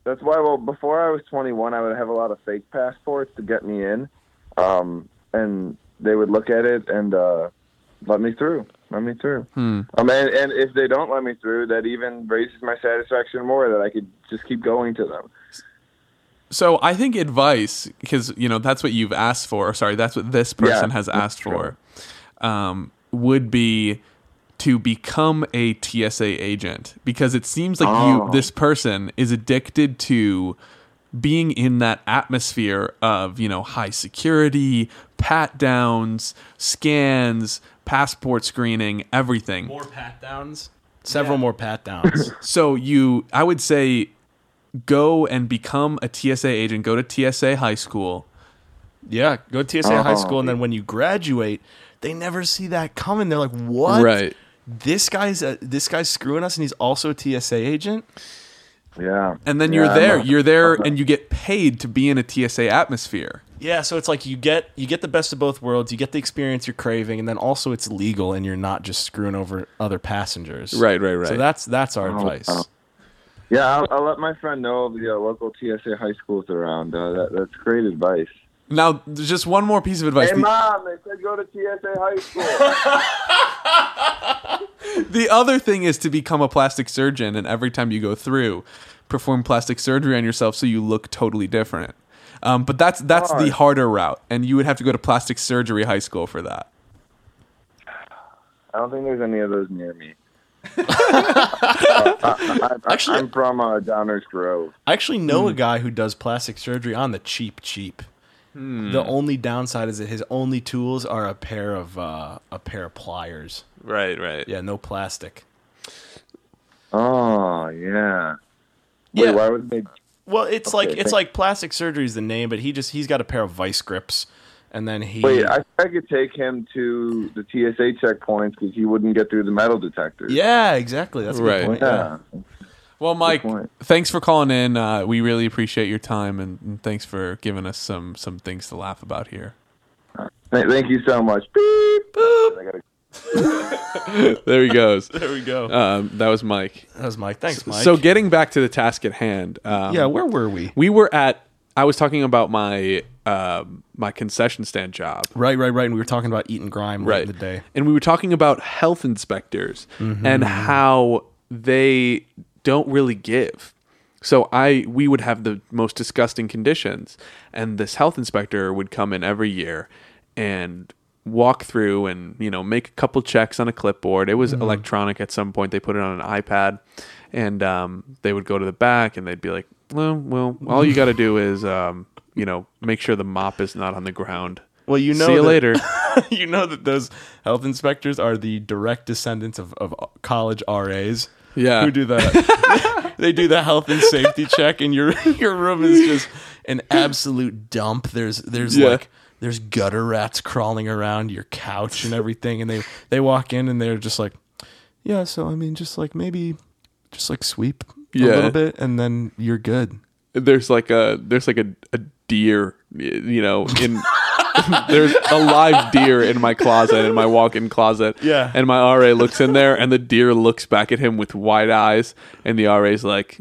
[SPEAKER 5] that's why. Well, before I was 21, I would have a lot of fake passports to get me in, um, and they would look at it and uh, let me through. Let me through.
[SPEAKER 2] Hmm.
[SPEAKER 5] Um, and, and if they don't let me through, that even raises my satisfaction more that I could just keep going to them.
[SPEAKER 1] So I think advice, because you know that's what you've asked for. Or sorry, that's what this person
[SPEAKER 5] Yeah,
[SPEAKER 1] has
[SPEAKER 5] that's
[SPEAKER 1] asked for. Um, would be to become a TSA agent because it seems like you,
[SPEAKER 5] Oh.
[SPEAKER 1] this person, is addicted to being in that atmosphere of you know high security, pat downs, scans, passport screening, everything.
[SPEAKER 2] More pat downs. Several more pat downs.
[SPEAKER 1] So you, I would say, go and become a TSA agent. Go to TSA high school.
[SPEAKER 2] yeah, go to TSA high
[SPEAKER 5] Uh-huh.
[SPEAKER 2] school, and then when you graduate, they never see that coming. They're like, "What?
[SPEAKER 1] Right.
[SPEAKER 2] This guy's a, this guy's screwing us, and he's also a TSA agent."
[SPEAKER 5] Yeah.
[SPEAKER 1] and then
[SPEAKER 5] Yeah,
[SPEAKER 1] you're there.
[SPEAKER 5] I'm not-
[SPEAKER 1] You're there, and you get paid to be in a TSA atmosphere.
[SPEAKER 2] Yeah, so it's like you get you get the best of both worlds. You get the experience you're craving, and then also it's legal, and you're not just screwing over other passengers.
[SPEAKER 1] Right, right, right.
[SPEAKER 2] So that's that's our advice.
[SPEAKER 5] oh. Yeah, I'll, I'll let my friend know of the uh, local TSA high schools around. Uh, that, that's great advice.
[SPEAKER 1] Now, there's just one more piece of advice.
[SPEAKER 5] Hey,
[SPEAKER 1] The,
[SPEAKER 5] mom, they said go to TSA high school.
[SPEAKER 1] the other thing is to become a plastic surgeon, and every time you go through, perform plastic surgery on yourself so you look totally different. Um, but that's that's the
[SPEAKER 5] Right.
[SPEAKER 1] harder route, and you would have to go to plastic surgery high school for that.
[SPEAKER 5] I don't think there's any of those near me. Uh, I, I,
[SPEAKER 2] Actually-
[SPEAKER 5] Actually, I'm from uh, Downers Grove.
[SPEAKER 2] I actually know
[SPEAKER 1] Hmm.
[SPEAKER 2] a guy who does plastic surgery on the cheap, cheap.
[SPEAKER 1] Hmm.
[SPEAKER 2] The only downside is that his only tools are a pair of uh, a pair of pliers.
[SPEAKER 1] Right, right.
[SPEAKER 2] Yeah, no plastic.
[SPEAKER 5] Oh yeah. Wait,
[SPEAKER 2] Yeah.
[SPEAKER 5] why would they?
[SPEAKER 2] Well, it's like
[SPEAKER 5] Okay,
[SPEAKER 2] it's
[SPEAKER 5] thank-
[SPEAKER 2] like plastic surgery is the name, but he just he's got a pair of vice grips, and then he
[SPEAKER 5] Wait, I, I could take him to the TSA checkpoints because he wouldn't get through the metal detector.
[SPEAKER 2] yeah, exactly. That's a good
[SPEAKER 1] Right.
[SPEAKER 2] point.
[SPEAKER 5] Yeah.
[SPEAKER 1] Well, Mike,
[SPEAKER 5] point.
[SPEAKER 1] thanks for calling in. Uh, we really appreciate your time, and, and thanks for giving us some some things to laugh about here.
[SPEAKER 5] Th- thank you so much. Beep. I gotta
[SPEAKER 1] There he goes.
[SPEAKER 2] There we go.
[SPEAKER 1] um, that was Mike.
[SPEAKER 2] that was Mike. Thanks, Mike.
[SPEAKER 1] So, getting back to the task at hand. Um,
[SPEAKER 2] yeah, where were we?
[SPEAKER 1] We were at. I was talking about my um my concession stand job,
[SPEAKER 2] Right, right, right. And we were talking about eat and grime right in the day. Mm-hmm.
[SPEAKER 1] and we were talking about health inspectors and how they don't really give. So I we would have the most disgusting conditions, and this health inspector would come in every year and walk through and you know make a couple checks on a clipboard. It was
[SPEAKER 2] Mm-hmm.
[SPEAKER 1] electronic at some point. They put it on an iPad, and um, they would go to the back and they'd be like, "Well, well, all you got to do is um, you know make sure the mop is not on the ground."
[SPEAKER 2] Well, you know
[SPEAKER 1] see you
[SPEAKER 2] that-
[SPEAKER 1] later.
[SPEAKER 2] you know that those health inspectors are the direct descendants of, of college RAs.
[SPEAKER 1] Yeah.
[SPEAKER 2] Who do that? they do the health and safety check and your your room is just an absolute dump. There's there's
[SPEAKER 1] Yeah.
[SPEAKER 2] like there's gutter rats crawling around your couch and everything and they they walk in and they're just like yeah, so I mean just like maybe just like sweep
[SPEAKER 1] Yeah.
[SPEAKER 2] a little bit and then you're good.
[SPEAKER 1] there's like a there's like a, a deer you know in there's a live deer in my closet in my walk-in closet
[SPEAKER 2] Yeah.
[SPEAKER 1] and my ra looks in there and the deer looks back at him with wide eyes and the ra's like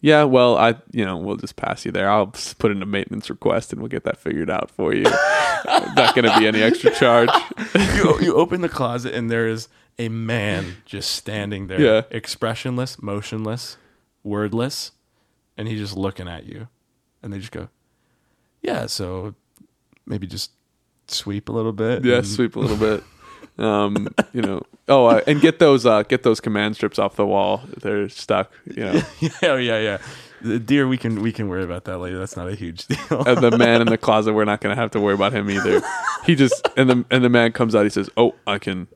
[SPEAKER 1] yeah well i you know we'll just pass you there i'll s- put in a maintenance request and we'll get that figured out for you not gonna be any extra charge
[SPEAKER 2] you, you open the closet and there is a man just standing there,
[SPEAKER 1] Yeah.
[SPEAKER 2] expressionless, motionless, wordless, and he's just looking at you. And they just go, "Yeah, so maybe just sweep a little bit."
[SPEAKER 1] yeah
[SPEAKER 2] and-
[SPEAKER 1] sweep a little bit um you know oh uh, and get those uh get those command strips off the wall they're stuck you know
[SPEAKER 2] yeah, oh, yeah, yeah. The deer, we can we can worry about that later. That's not a huge deal.
[SPEAKER 1] and the man in the closet we're not going to have to worry about him either he just and the and the man comes out he says oh i can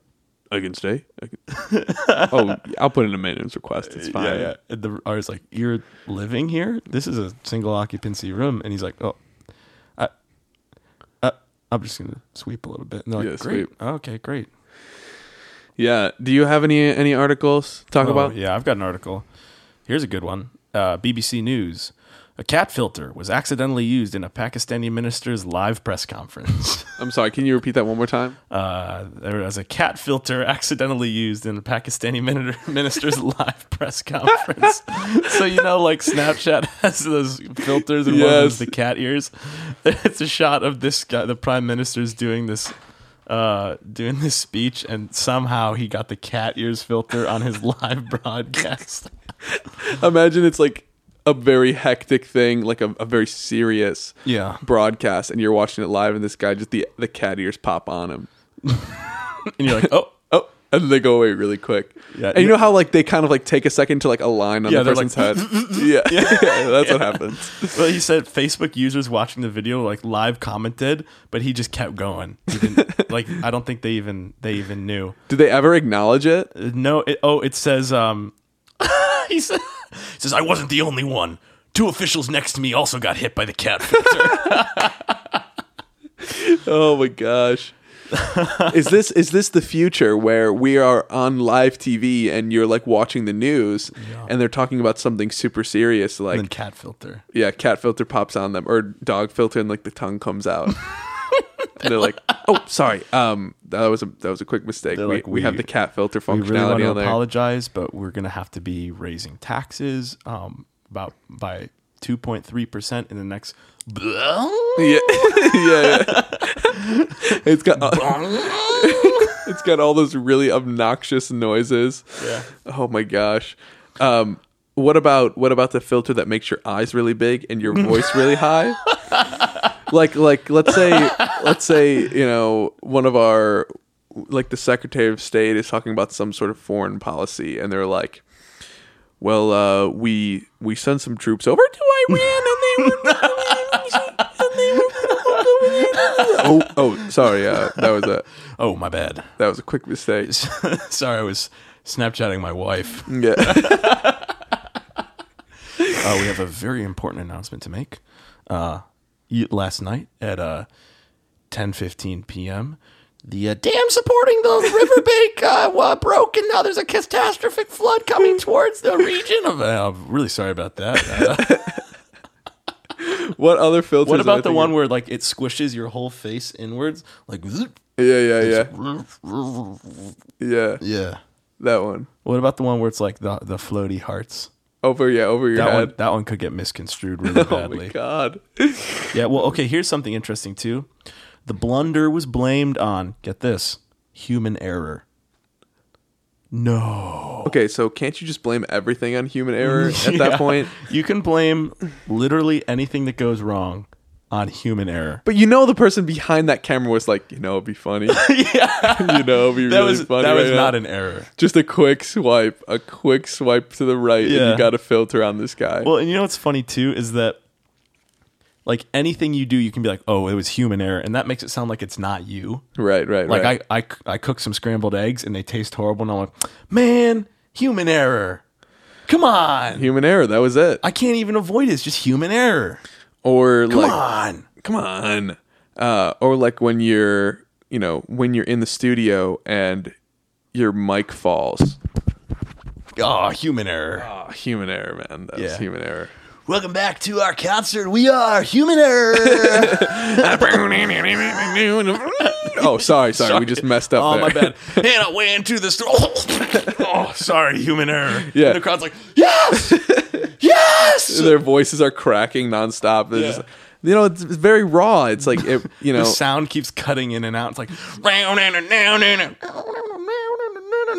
[SPEAKER 1] i can stay I can- oh i'll put in a maintenance request it's fine
[SPEAKER 2] Yeah, yeah. And the I was like, "You're living here? This is a single occupancy room." And he's like, "Oh, I, I I'm just gonna sweep a little bit." And they're like,
[SPEAKER 1] Yeah,
[SPEAKER 2] "Great,
[SPEAKER 1] sweep.
[SPEAKER 2] okay, great."
[SPEAKER 1] Yeah. do you have any any articles to talk
[SPEAKER 2] Oh,
[SPEAKER 1] about
[SPEAKER 2] Yeah, I've got an article. Here's a good one. Uh, BBC News. A cat filter was accidentally used in a Pakistani minister's live press conference.
[SPEAKER 1] i'm sorry can you repeat that one more time
[SPEAKER 2] Uh, there was a cat filter accidentally used in a Pakistani min- minister's live press conference. so you know, like Snapchat has those filters, and one of
[SPEAKER 1] Yes.
[SPEAKER 2] them's the cat ears. it's a shot of this guy, the prime minister's doing this, uh, doing this speech, and somehow he got the cat ears filter on his live broadcast.
[SPEAKER 1] Imagine it's like a very hectic thing, like a, a very serious
[SPEAKER 2] Yeah.
[SPEAKER 1] broadcast, and you're watching it live, and this guy just the the cat ears pop on him.
[SPEAKER 2] and you're like, oh,
[SPEAKER 1] Oh, and they go away really quick.
[SPEAKER 2] Yeah.
[SPEAKER 1] and you know how like they kind of like take a second to like align on
[SPEAKER 2] Yeah,
[SPEAKER 1] the
[SPEAKER 2] they're
[SPEAKER 1] person's
[SPEAKER 2] like,
[SPEAKER 1] head. yeah, yeah, that's what happens.
[SPEAKER 2] well, he said Facebook users watching the video like live commented, but he just kept going. He didn't, like I don't think they even they even knew.
[SPEAKER 1] Did they ever acknowledge it?
[SPEAKER 2] Uh, No, it, oh, it says um, he says, he says I wasn't the only one. Two officials next to me also got hit by the cat filter.
[SPEAKER 1] Oh my gosh. is this is this the future where we are on live TV and you're like watching the news and they're talking about something super serious like
[SPEAKER 2] and cat filter.
[SPEAKER 1] yeah cat filter pops on them or dog filter and like the tongue comes out and they're like oh sorry um that was a that was a quick mistake we,
[SPEAKER 2] like,
[SPEAKER 1] we, have
[SPEAKER 2] we-
[SPEAKER 1] the cat filter
[SPEAKER 2] We
[SPEAKER 1] functionality
[SPEAKER 2] really want to
[SPEAKER 1] on there
[SPEAKER 2] apologize, but we're gonna have to be raising taxes um about by two point three percent in the next.
[SPEAKER 1] yeah yeah, yeah. it's got uh, it's got all those really obnoxious noises
[SPEAKER 2] Yeah.
[SPEAKER 1] Oh my gosh. Um, what about what about the filter that makes your eyes really big and your voice really high? like like let's say let's say you know one of our like the Secretary of State is talking about some sort of foreign policy and they're like, well uh, we we sent some troops over to Iran and they were. Oh, oh, sorry. Uh, that was a
[SPEAKER 2] Oh my bad.
[SPEAKER 1] that was a quick mistake.
[SPEAKER 2] Sorry, I was Snapchatting my wife.
[SPEAKER 1] Yeah.
[SPEAKER 2] Uh, we have a very important announcement to make. Uh, y- last night at uh, 10.15 p.m., the uh, dam supporting the riverbank uh, wa- broke, and now there's a catastrophic flood coming towards the region. Of, uh, I'm really sorry about that. Uh,
[SPEAKER 1] What other filters?
[SPEAKER 2] what
[SPEAKER 1] am I
[SPEAKER 2] about the
[SPEAKER 1] thinking
[SPEAKER 2] one
[SPEAKER 1] of?
[SPEAKER 2] where like it squishes your whole face inwards? Like, zoop.
[SPEAKER 1] Yeah, yeah, yeah. Yeah,
[SPEAKER 2] yeah.
[SPEAKER 1] that one.
[SPEAKER 2] What about the one where it's like the, the floaty hearts?
[SPEAKER 1] Over, yeah, over your
[SPEAKER 2] That
[SPEAKER 1] head.
[SPEAKER 2] one, that one could get misconstrued really
[SPEAKER 1] Oh
[SPEAKER 2] badly.
[SPEAKER 1] my god.
[SPEAKER 2] Yeah, well, okay, here's something interesting too. The blunder was blamed on, get this, human error. No.
[SPEAKER 1] Okay, so can't you just blame everything on human error at that point?
[SPEAKER 2] You can blame literally anything that goes wrong on human error.
[SPEAKER 1] But you know the person behind that camera was like, you know, it'd be funny. yeah. you know, it'd be
[SPEAKER 2] That
[SPEAKER 1] really
[SPEAKER 2] was
[SPEAKER 1] funny.
[SPEAKER 2] that was
[SPEAKER 1] right
[SPEAKER 2] not
[SPEAKER 1] now.
[SPEAKER 2] an error.
[SPEAKER 1] just a quick swipe, a quick swipe to the right, and
[SPEAKER 2] Yeah.
[SPEAKER 1] you got a filter on this guy.
[SPEAKER 2] Well, and you know what's funny too is that like anything you do, you can be like, "Oh, it was human error," and that makes it sound like it's not you.
[SPEAKER 1] right, right,
[SPEAKER 2] Like
[SPEAKER 1] right.
[SPEAKER 2] I, I, I cook some scrambled eggs and they taste horrible, and I'm like, "Man, human error! Come on!"
[SPEAKER 1] human error, that was it.
[SPEAKER 2] I can't even avoid it. It's just human error.
[SPEAKER 1] or
[SPEAKER 2] Come
[SPEAKER 1] like
[SPEAKER 2] on.
[SPEAKER 1] come on. Uh, or like when you're, you know, when you're in the studio and your mic falls.
[SPEAKER 2] Oh, human error.
[SPEAKER 1] Ah, human error, man. That's
[SPEAKER 2] Yeah.
[SPEAKER 1] human error.
[SPEAKER 2] Welcome back to our concert. We are human error.
[SPEAKER 1] oh, sorry, sorry, We just messed up.
[SPEAKER 2] oh,
[SPEAKER 1] there.
[SPEAKER 2] my bad. Hannah ran to the store. oh, sorry, human error.
[SPEAKER 1] Yeah.
[SPEAKER 2] And the crowd's like, yes, yes.
[SPEAKER 1] Their voices are cracking nonstop. They're
[SPEAKER 2] Yeah.
[SPEAKER 1] just, you know, it's, it's very raw. It's like it, you know,
[SPEAKER 2] The sound keeps cutting in and out. It's like,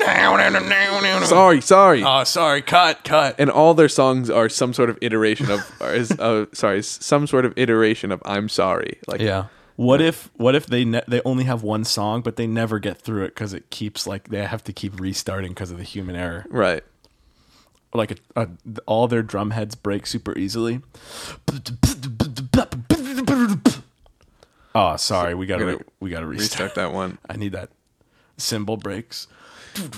[SPEAKER 2] oh,
[SPEAKER 1] sorry, sorry.
[SPEAKER 2] sorry, cut, cut.
[SPEAKER 1] and all their songs are some sort of iteration of, or is, uh, sorry, is some sort of iteration of "I'm sorry." Like,
[SPEAKER 2] Yeah. What if what if they ne- they only have one song but they never get through it because it keeps like they have to keep restarting because of the human error.
[SPEAKER 1] right.
[SPEAKER 2] Like a, a, all their drum heads break super easily. Oh, sorry, we gotta
[SPEAKER 1] Gotta
[SPEAKER 2] we gotta restart.
[SPEAKER 1] Restart that one.
[SPEAKER 2] I need that cymbal breaks.
[SPEAKER 1] Oh,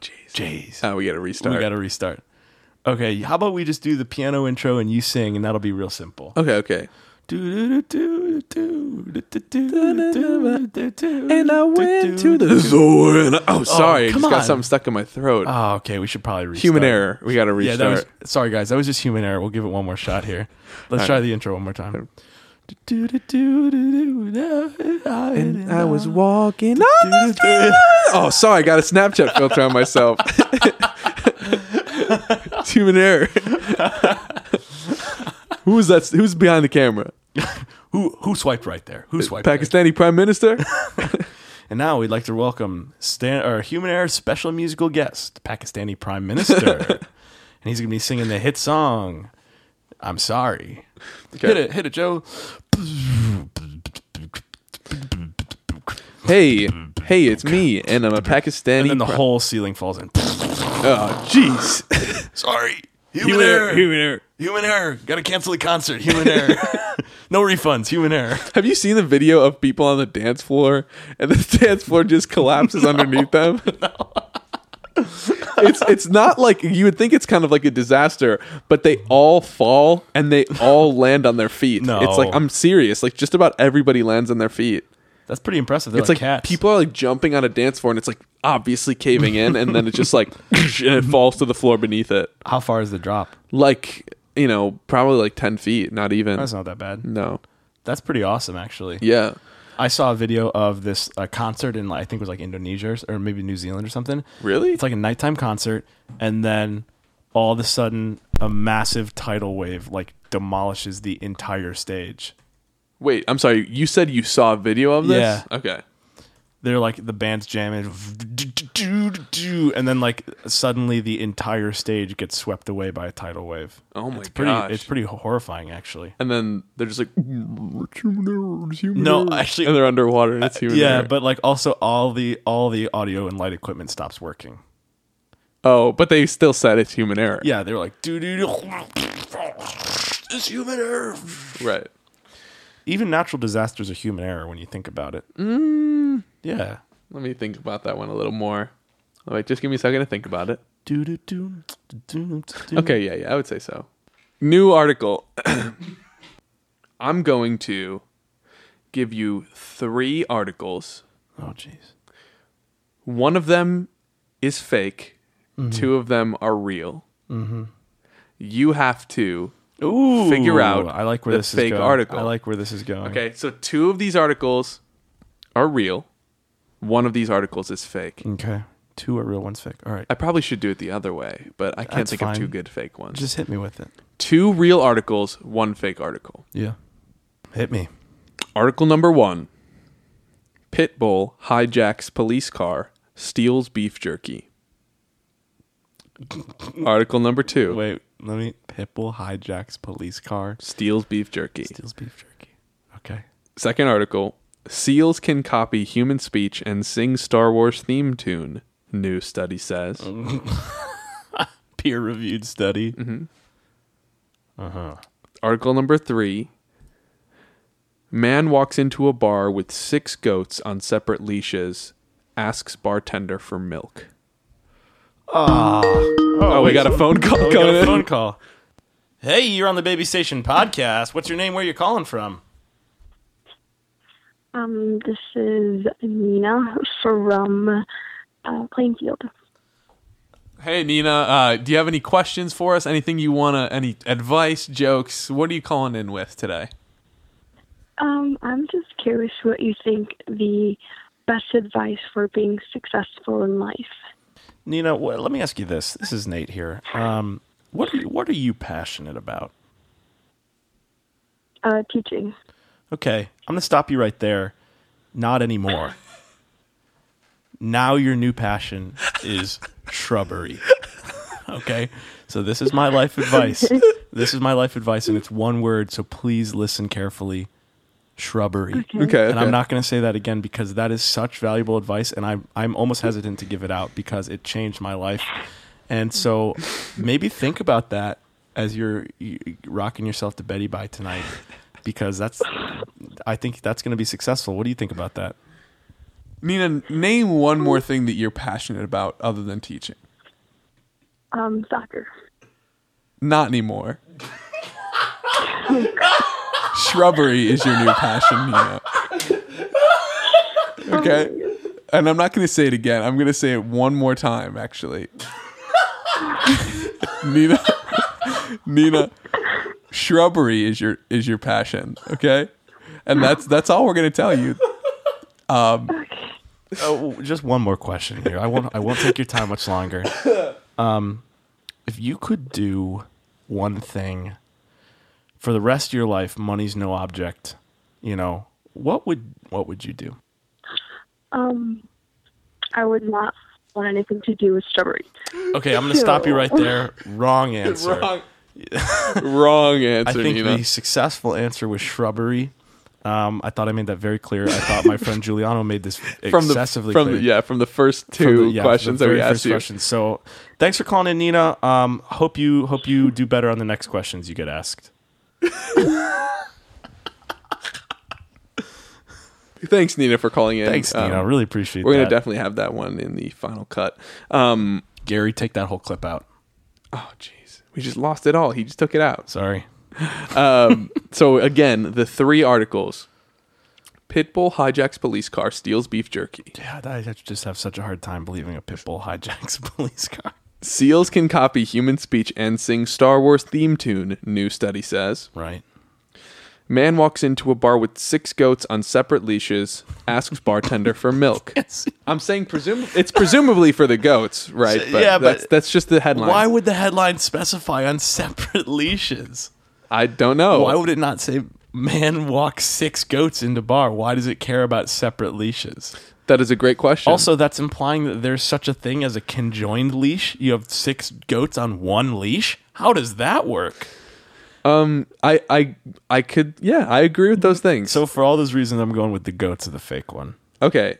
[SPEAKER 1] jeez.
[SPEAKER 2] Jeez,
[SPEAKER 1] Now we got to restart.
[SPEAKER 2] we gotta restart. Okay, how about we just do the piano intro and you sing, and that'll be real simple.
[SPEAKER 1] okay, okay.
[SPEAKER 2] And
[SPEAKER 1] the zoo and I- oh, sorry, I
[SPEAKER 2] come
[SPEAKER 1] just got
[SPEAKER 2] on.
[SPEAKER 1] something stuck in my throat.
[SPEAKER 2] Oh, okay. We should probably restart.
[SPEAKER 1] human error. We got to
[SPEAKER 2] Yeah,
[SPEAKER 1] restart.
[SPEAKER 2] that was. Sorry, guys. That was just human error. We'll give it one more shot here. Let's try the intro one more time.
[SPEAKER 1] And I was walking on the street. Oh, sorry, I got a Snapchat filter on myself. It's human error. Who's that? Who's behind the camera?
[SPEAKER 2] Who who swiped right there? Who swiped? right?
[SPEAKER 1] Pakistani prime minister.
[SPEAKER 2] And now we'd like to welcome Stan, our Human Air special musical guest, Pakistani Prime Minister. and he's going to be singing the hit song, I'm Sorry. Hit it, hit it, Joe.
[SPEAKER 1] hey, hey, it's me, and I'm a Pakistani.
[SPEAKER 2] And then the
[SPEAKER 1] pri-
[SPEAKER 2] whole ceiling falls in.
[SPEAKER 1] oh, jeez.
[SPEAKER 2] Sorry. Human,
[SPEAKER 1] Human
[SPEAKER 2] Air.
[SPEAKER 1] error, human error.
[SPEAKER 2] Human Air. Got to cancel the concert. Human Air. no refunds. Human Air.
[SPEAKER 1] Have you seen the video of people on the dance floor and the dance floor just collapses underneath them? it's it's not like you would think it's kind of like a disaster, but they all fall and they all land on their feet.
[SPEAKER 2] No.
[SPEAKER 1] It's like I'm serious. Like just about everybody lands on their feet.
[SPEAKER 2] That's pretty impressive. They're
[SPEAKER 1] It's like
[SPEAKER 2] cats.
[SPEAKER 1] people are like jumping on a dance floor and it's like obviously caving in and then it just like and it falls to the floor beneath it.
[SPEAKER 2] How far is the drop?
[SPEAKER 1] Like, you know, probably like 10 feet, not even.
[SPEAKER 2] That's not that bad.
[SPEAKER 1] no.
[SPEAKER 2] That's pretty awesome, actually.
[SPEAKER 1] Yeah.
[SPEAKER 2] I saw a video of this uh, concert in like, I think it was like Indonesia or s- or maybe New Zealand or something.
[SPEAKER 1] Really?
[SPEAKER 2] It's like a nighttime concert, and then all of a sudden, a massive tidal wave like demolishes the entire stage.
[SPEAKER 1] Wait, I'm sorry. You said you saw a video of this?
[SPEAKER 2] Yeah.
[SPEAKER 1] Okay.
[SPEAKER 2] They're like the band's jamming, and then like suddenly the entire stage gets swept away by a tidal wave.
[SPEAKER 1] Oh my
[SPEAKER 2] it's pretty,
[SPEAKER 1] gosh.
[SPEAKER 2] It's pretty horrifying, actually.
[SPEAKER 1] And then they're just like, "It's human error, it's human
[SPEAKER 2] No,
[SPEAKER 1] error."
[SPEAKER 2] actually- Uh,
[SPEAKER 1] and they're underwater and it's human
[SPEAKER 2] yeah,
[SPEAKER 1] error.
[SPEAKER 2] but like also all the all the audio and light equipment stops working.
[SPEAKER 1] oh, but they still said it's human error.
[SPEAKER 2] Yeah, they were like, doo doo doo. It's human error.
[SPEAKER 1] right.
[SPEAKER 2] Even natural disasters are human error when you think about it.
[SPEAKER 1] Mm.
[SPEAKER 2] Yeah.
[SPEAKER 1] Let me think about that one a little more. All right, just give me a second to think about it.
[SPEAKER 2] Doo doo doo. doo, doo.
[SPEAKER 1] Okay, yeah, yeah, I would say so. New article. I'm going to give you three articles.
[SPEAKER 2] Oh jeez.
[SPEAKER 1] One of them is fake.
[SPEAKER 2] Mm-hmm.
[SPEAKER 1] Two of them are real. You have to.
[SPEAKER 2] Ooh.
[SPEAKER 1] Figure out
[SPEAKER 2] I like where
[SPEAKER 1] the
[SPEAKER 2] this
[SPEAKER 1] fake
[SPEAKER 2] is going.
[SPEAKER 1] article.
[SPEAKER 2] I like where this is going.
[SPEAKER 1] Okay, so two of these articles are real. One of these articles is fake.
[SPEAKER 2] Okay. Two are real, one's fake. All right.
[SPEAKER 1] I probably should do it the other way, but I can't
[SPEAKER 2] That's
[SPEAKER 1] think of
[SPEAKER 2] fine.
[SPEAKER 1] two good fake ones.
[SPEAKER 2] Just hit me with it.
[SPEAKER 1] two real articles, one fake article.
[SPEAKER 2] Yeah. Hit me.
[SPEAKER 1] Article number one Pitbull hijacks police car, steals beef jerky. Article number two
[SPEAKER 2] Wait. Let me. Pitbull hijacks police car.
[SPEAKER 1] steals beef jerky.
[SPEAKER 2] Steals beef jerky. Okay.
[SPEAKER 1] Second article Seals can copy human speech and sing Star Wars theme tune, new study says.
[SPEAKER 2] Peer reviewed study.
[SPEAKER 1] Article number three Man walks into a bar with six goats on separate leashes, asks bartender for milk. Oh, we
[SPEAKER 2] wait.
[SPEAKER 1] got a phone call coming
[SPEAKER 2] We got a
[SPEAKER 1] in.
[SPEAKER 2] phone call. Hey, you're on the Baby Station podcast. What's your name? Where you calling from?
[SPEAKER 6] Um, this is Nina from uh, Plainfield.
[SPEAKER 1] Hey Nina, uh, do you have any questions for us? Anything you wanna? Any advice, jokes? What are you calling in with today?
[SPEAKER 6] Um, I'm just curious what you think the best advice for being successful in life.
[SPEAKER 2] Nina, wh- let me ask you this. This is Nate here. Um, what are you, what are you passionate about?
[SPEAKER 6] Uh, teaching.
[SPEAKER 2] Okay, I'm gonna stop you right there. Not anymore. now your new passion is shrubbery. okay, so this is my life advice. This is my life advice, and it's one word. So please listen carefully. Shrubbery.
[SPEAKER 1] Okay,
[SPEAKER 2] and I'm not going to say that again because that is such valuable advice, and I'm I'm almost hesitant to give it out because it changed my life, and so maybe think about that as you're you, rocking yourself to Betty by tonight, because that's I think that's going to be successful. What do you think about that?
[SPEAKER 1] Nina, name one more thing that you're passionate about other than teaching.
[SPEAKER 6] Um, soccer.
[SPEAKER 1] Not anymore. Shrubbery is your new passion, Nina. Okay. And I'm not going to say it again. I'm going to say it one more time, actually. Nina, Nina, shrubbery is your is your passion. Okay, and that's that's all we're going to tell you.
[SPEAKER 2] Oh, just one more question here. I won't I won't take your time much longer. Um, if you could do one thing for the rest of your life, money's no object. You know what would what would you do?
[SPEAKER 6] Um, I would not want anything to do with strawberries.
[SPEAKER 2] Okay, I'm going to stop you right there. Wrong answer.
[SPEAKER 1] Wrong, wrong
[SPEAKER 2] I
[SPEAKER 1] answer,
[SPEAKER 2] think
[SPEAKER 1] Nina.
[SPEAKER 2] the successful answer was shrubbery. Um, I thought I made that very clear. I thought my friend Giuliano made this
[SPEAKER 1] from the
[SPEAKER 2] excessively
[SPEAKER 1] from
[SPEAKER 2] clear.
[SPEAKER 1] the, yeah from the first
[SPEAKER 2] From the-
[SPEAKER 1] two
[SPEAKER 2] yeah,
[SPEAKER 1] questions
[SPEAKER 2] the
[SPEAKER 1] that we
[SPEAKER 2] very
[SPEAKER 1] asked
[SPEAKER 2] first
[SPEAKER 1] you.
[SPEAKER 2] questions. So, thanks for calling in, Nina. Um, hope you hope you do better on the next questions you get asked.
[SPEAKER 1] Thanks, Nina, for calling in.
[SPEAKER 2] Thanks,
[SPEAKER 1] Um,
[SPEAKER 2] Nina. I really appreciate.
[SPEAKER 1] We're gonna
[SPEAKER 2] that.
[SPEAKER 1] definitely have that one in the final cut. Um,
[SPEAKER 2] Gary take that whole clip out.
[SPEAKER 1] oh, jeez, we just lost it all. He just took it out.
[SPEAKER 2] Sorry.
[SPEAKER 1] Um, so again, the three articles: Pitbull hijacks police car, steals beef jerky.
[SPEAKER 2] God, I just have such a hard time believing a pit bull hijacks a police car.
[SPEAKER 1] Seals can copy human speech and sing Star Wars theme tune. New study says.
[SPEAKER 2] Right.
[SPEAKER 1] Man walks into a bar with six goats on separate leashes, asks bartender for milk. I'm saying presum- it's presumably for the goats, right?
[SPEAKER 2] So- yeah, but-
[SPEAKER 1] that's, that's just the headline.
[SPEAKER 2] Why would the headline specify on separate leashes?
[SPEAKER 1] I don't know.
[SPEAKER 2] Why would it not say man walks six goats into bar? Why does it care about separate leashes?
[SPEAKER 1] that is a great question.
[SPEAKER 2] Also, that's implying that there's such a thing as a conjoined leash. You have six goats on one leash. How does that work?
[SPEAKER 1] I I I could yeah, I agree with those things.
[SPEAKER 2] So, for all those reasons, I'm going with the goats of the fake one.
[SPEAKER 1] okay.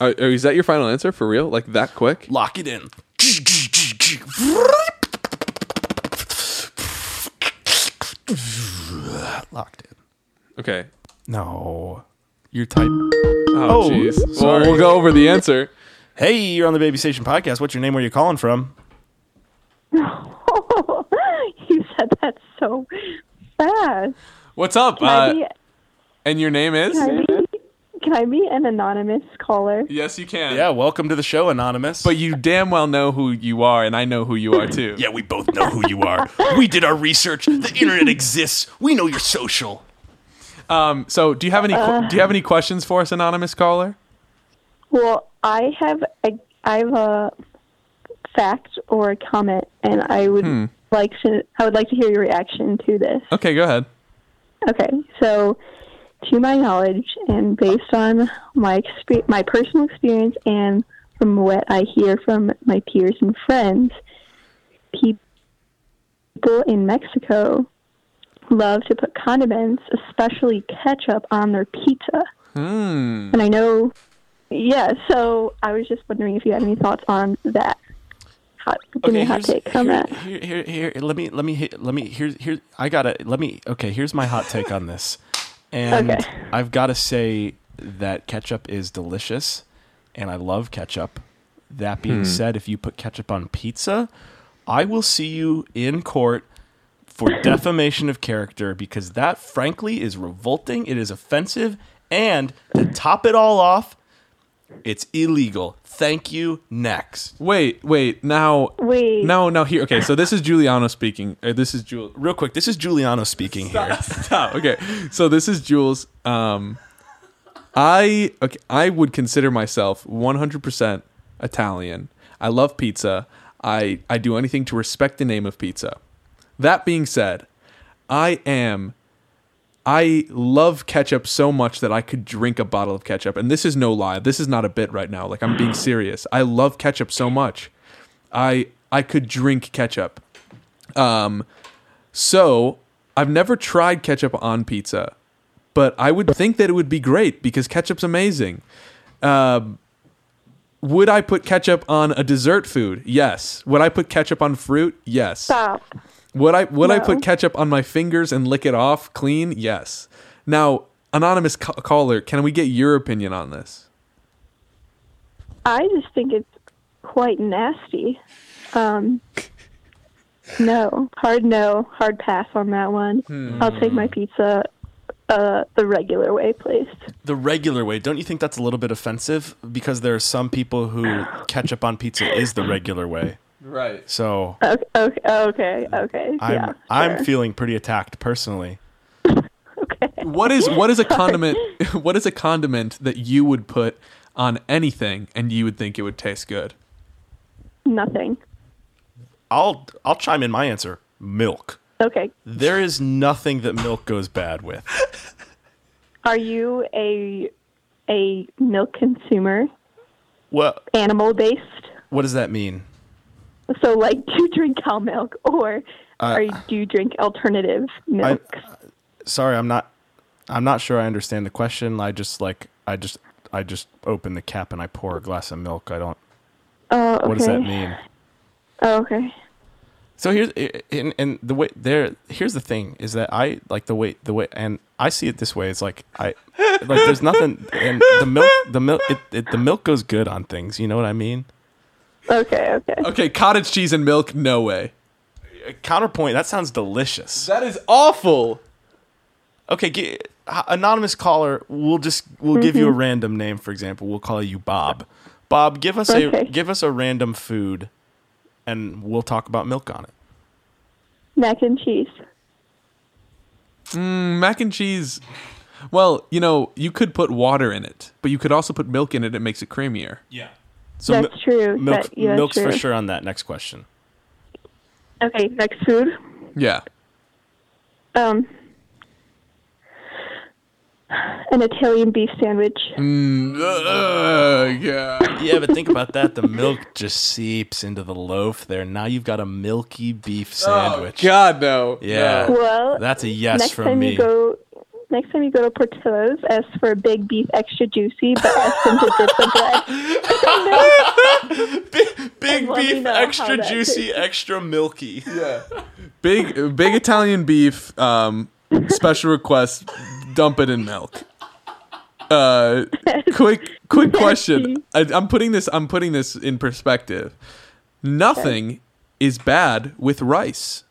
[SPEAKER 1] Are, are- is that your final answer for real? Like that quick?
[SPEAKER 2] Lock it in. Locked in.
[SPEAKER 1] Okay.
[SPEAKER 2] No. You're type.
[SPEAKER 1] Oh
[SPEAKER 2] Oh,
[SPEAKER 1] jeez. well,
[SPEAKER 2] sorry.
[SPEAKER 1] we'll go over the answer.
[SPEAKER 2] Hey, you're on the Baby Station podcast. What's your name? Where are you calling from?
[SPEAKER 4] you said that so fast.
[SPEAKER 1] What's up?
[SPEAKER 4] Can, I
[SPEAKER 1] Uh,
[SPEAKER 4] be,
[SPEAKER 1] and your name is?
[SPEAKER 4] can, I be, can I be an anonymous caller?
[SPEAKER 1] Yes, you can.
[SPEAKER 2] Yeah, welcome to the show, Anonymous.
[SPEAKER 1] But you damn well know who you are, and I know who you are too.
[SPEAKER 2] yeah, we both know who you are. we did our research. The internet exists. We know you're social.
[SPEAKER 1] Um, so do you have any
[SPEAKER 4] Uh.
[SPEAKER 1] do you have any questions for us, anonymous caller?
[SPEAKER 6] Well, I have a I have a fact or a comment, and I would like to I would like to hear your reaction to this.
[SPEAKER 1] Okay, go ahead.
[SPEAKER 6] Okay, so to my knowledge, and based on my expe- my personal experience, and from what I hear from my peers and friends, pe- people in Mexico love to put condiments, especially ketchup, on their pizza.
[SPEAKER 2] Hmm.
[SPEAKER 6] And I know, yeah. So I was just wondering if you had any thoughts on that. Hot, give me a hot
[SPEAKER 2] here's-
[SPEAKER 6] take on
[SPEAKER 2] here,
[SPEAKER 6] that.
[SPEAKER 2] Here, here, here, let me, let me, hit- let me. Here's, here. I gotta. Let me. Okay, here's my hot take on this, and
[SPEAKER 6] Okay.
[SPEAKER 2] I've got to say that ketchup is delicious, and I love ketchup. That being said, if you put ketchup on pizza, I will see you in court for defamation of character because that, frankly, is revolting. It is offensive, and to top it all off, it's illegal. Thank you. Next.
[SPEAKER 1] Wait, wait. Now,
[SPEAKER 6] Wait.
[SPEAKER 1] No, no. Here, okay. So this is Giuliano speaking. Or this is Jules.
[SPEAKER 2] real quick, this is Giuliano speaking here.
[SPEAKER 1] Stop. Okay. So this is Jules. Um, I okay. I would consider myself 100% Italian. I love pizza. I I do anything to respect the name of pizza. That being said, I am. I love ketchup so much that I could drink a bottle of ketchup. And this is no lie. This is not a bit right now. Like I'm being serious. I love ketchup so much. I I could drink ketchup. Um so I've never tried ketchup on pizza, but I would think that it would be great because ketchup's amazing. Um would I put ketchup on a dessert food? Yes. Would I put ketchup on fruit? Yes.
[SPEAKER 6] Stop.
[SPEAKER 1] Would I would I
[SPEAKER 6] No.
[SPEAKER 1] put ketchup on my fingers and lick it off clean? Yes. Now, anonymous ca- caller, can we get your opinion on this?
[SPEAKER 6] I just think it's quite nasty. Um, no, hard no, hard pass on that one. I'll take my pizza uh, the regular way, please.
[SPEAKER 2] The regular way, don't you think that's a little bit offensive? Because there are some people who ketchup on pizza is the regular way.
[SPEAKER 1] Right.
[SPEAKER 2] So
[SPEAKER 6] Okay, okay, okay. okay.
[SPEAKER 2] I'm
[SPEAKER 6] Oh, yeah,
[SPEAKER 2] I'm
[SPEAKER 6] sure.
[SPEAKER 2] feeling pretty attacked personally.
[SPEAKER 1] What is what is a condiment? What is a condiment that you would put on anything and you would think it would taste good?
[SPEAKER 6] nothing.
[SPEAKER 2] I'll I'll chime in my answer. Milk.
[SPEAKER 6] Okay.
[SPEAKER 2] There is nothing that milk goes bad with.
[SPEAKER 6] Are you a a milk consumer?
[SPEAKER 2] What
[SPEAKER 6] Animal based?
[SPEAKER 2] what does that mean?
[SPEAKER 6] So like do you drink cow milk or
[SPEAKER 2] Uh,
[SPEAKER 6] are you, do you drink alternative milk?
[SPEAKER 2] Sorry, I'm not I'm not sure I understand the question. I just like I just I just open the cap and I pour a glass of milk. I don't
[SPEAKER 6] oh, okay.
[SPEAKER 2] What does that mean?
[SPEAKER 6] Oh, okay.
[SPEAKER 2] So here's and, and the way there here's the thing is that I like the way the way and I see it this way it's like I like there's nothing and the milk the milk it, it, the milk goes good on things you know what I mean
[SPEAKER 6] Okay, okay.
[SPEAKER 1] Okay, cottage cheese and milk, no way.
[SPEAKER 2] counterpoint that sounds delicious
[SPEAKER 1] That is awful.
[SPEAKER 2] okay g anonymous caller we'll just we'll give
[SPEAKER 6] Mm-hmm.
[SPEAKER 2] you a random name for example we'll call you Bob Bob give us a
[SPEAKER 6] Okay.
[SPEAKER 2] give us a random food and we'll talk about milk on it
[SPEAKER 6] Mac and cheese.
[SPEAKER 1] Mac and cheese. Well, you know, you could put water in it, but you could also put milk in it. It makes it creamier.
[SPEAKER 2] so
[SPEAKER 6] That's true,
[SPEAKER 2] milk
[SPEAKER 6] that- yeah, that's
[SPEAKER 2] milk's for
[SPEAKER 6] true.
[SPEAKER 2] sure on that next question
[SPEAKER 6] Okay, next food.
[SPEAKER 1] Yeah.
[SPEAKER 6] Um an Italian beef sandwich.
[SPEAKER 2] Mm.
[SPEAKER 1] Ugh, yeah.
[SPEAKER 2] Yeah, but think about that. The milk just seeps into the loaf there. Now you've got a milky beef sandwich.
[SPEAKER 1] Oh, God no.
[SPEAKER 2] Yeah.
[SPEAKER 1] No.
[SPEAKER 6] Well,
[SPEAKER 2] That's a yes
[SPEAKER 6] next
[SPEAKER 2] from
[SPEAKER 6] time
[SPEAKER 2] me.
[SPEAKER 6] you go next time you go to Portillo's, ask for a big beef extra juicy, but ask them to dip the bread.
[SPEAKER 2] Big
[SPEAKER 6] let me
[SPEAKER 2] beef,
[SPEAKER 6] know how
[SPEAKER 2] extra
[SPEAKER 6] that
[SPEAKER 2] juicy, extra milky.
[SPEAKER 1] Big big Italian beef. Um, special request. Dump it in milk. Uh, quick quick question. I, I'm putting this. I'm putting this in perspective. Nothing is bad with rice.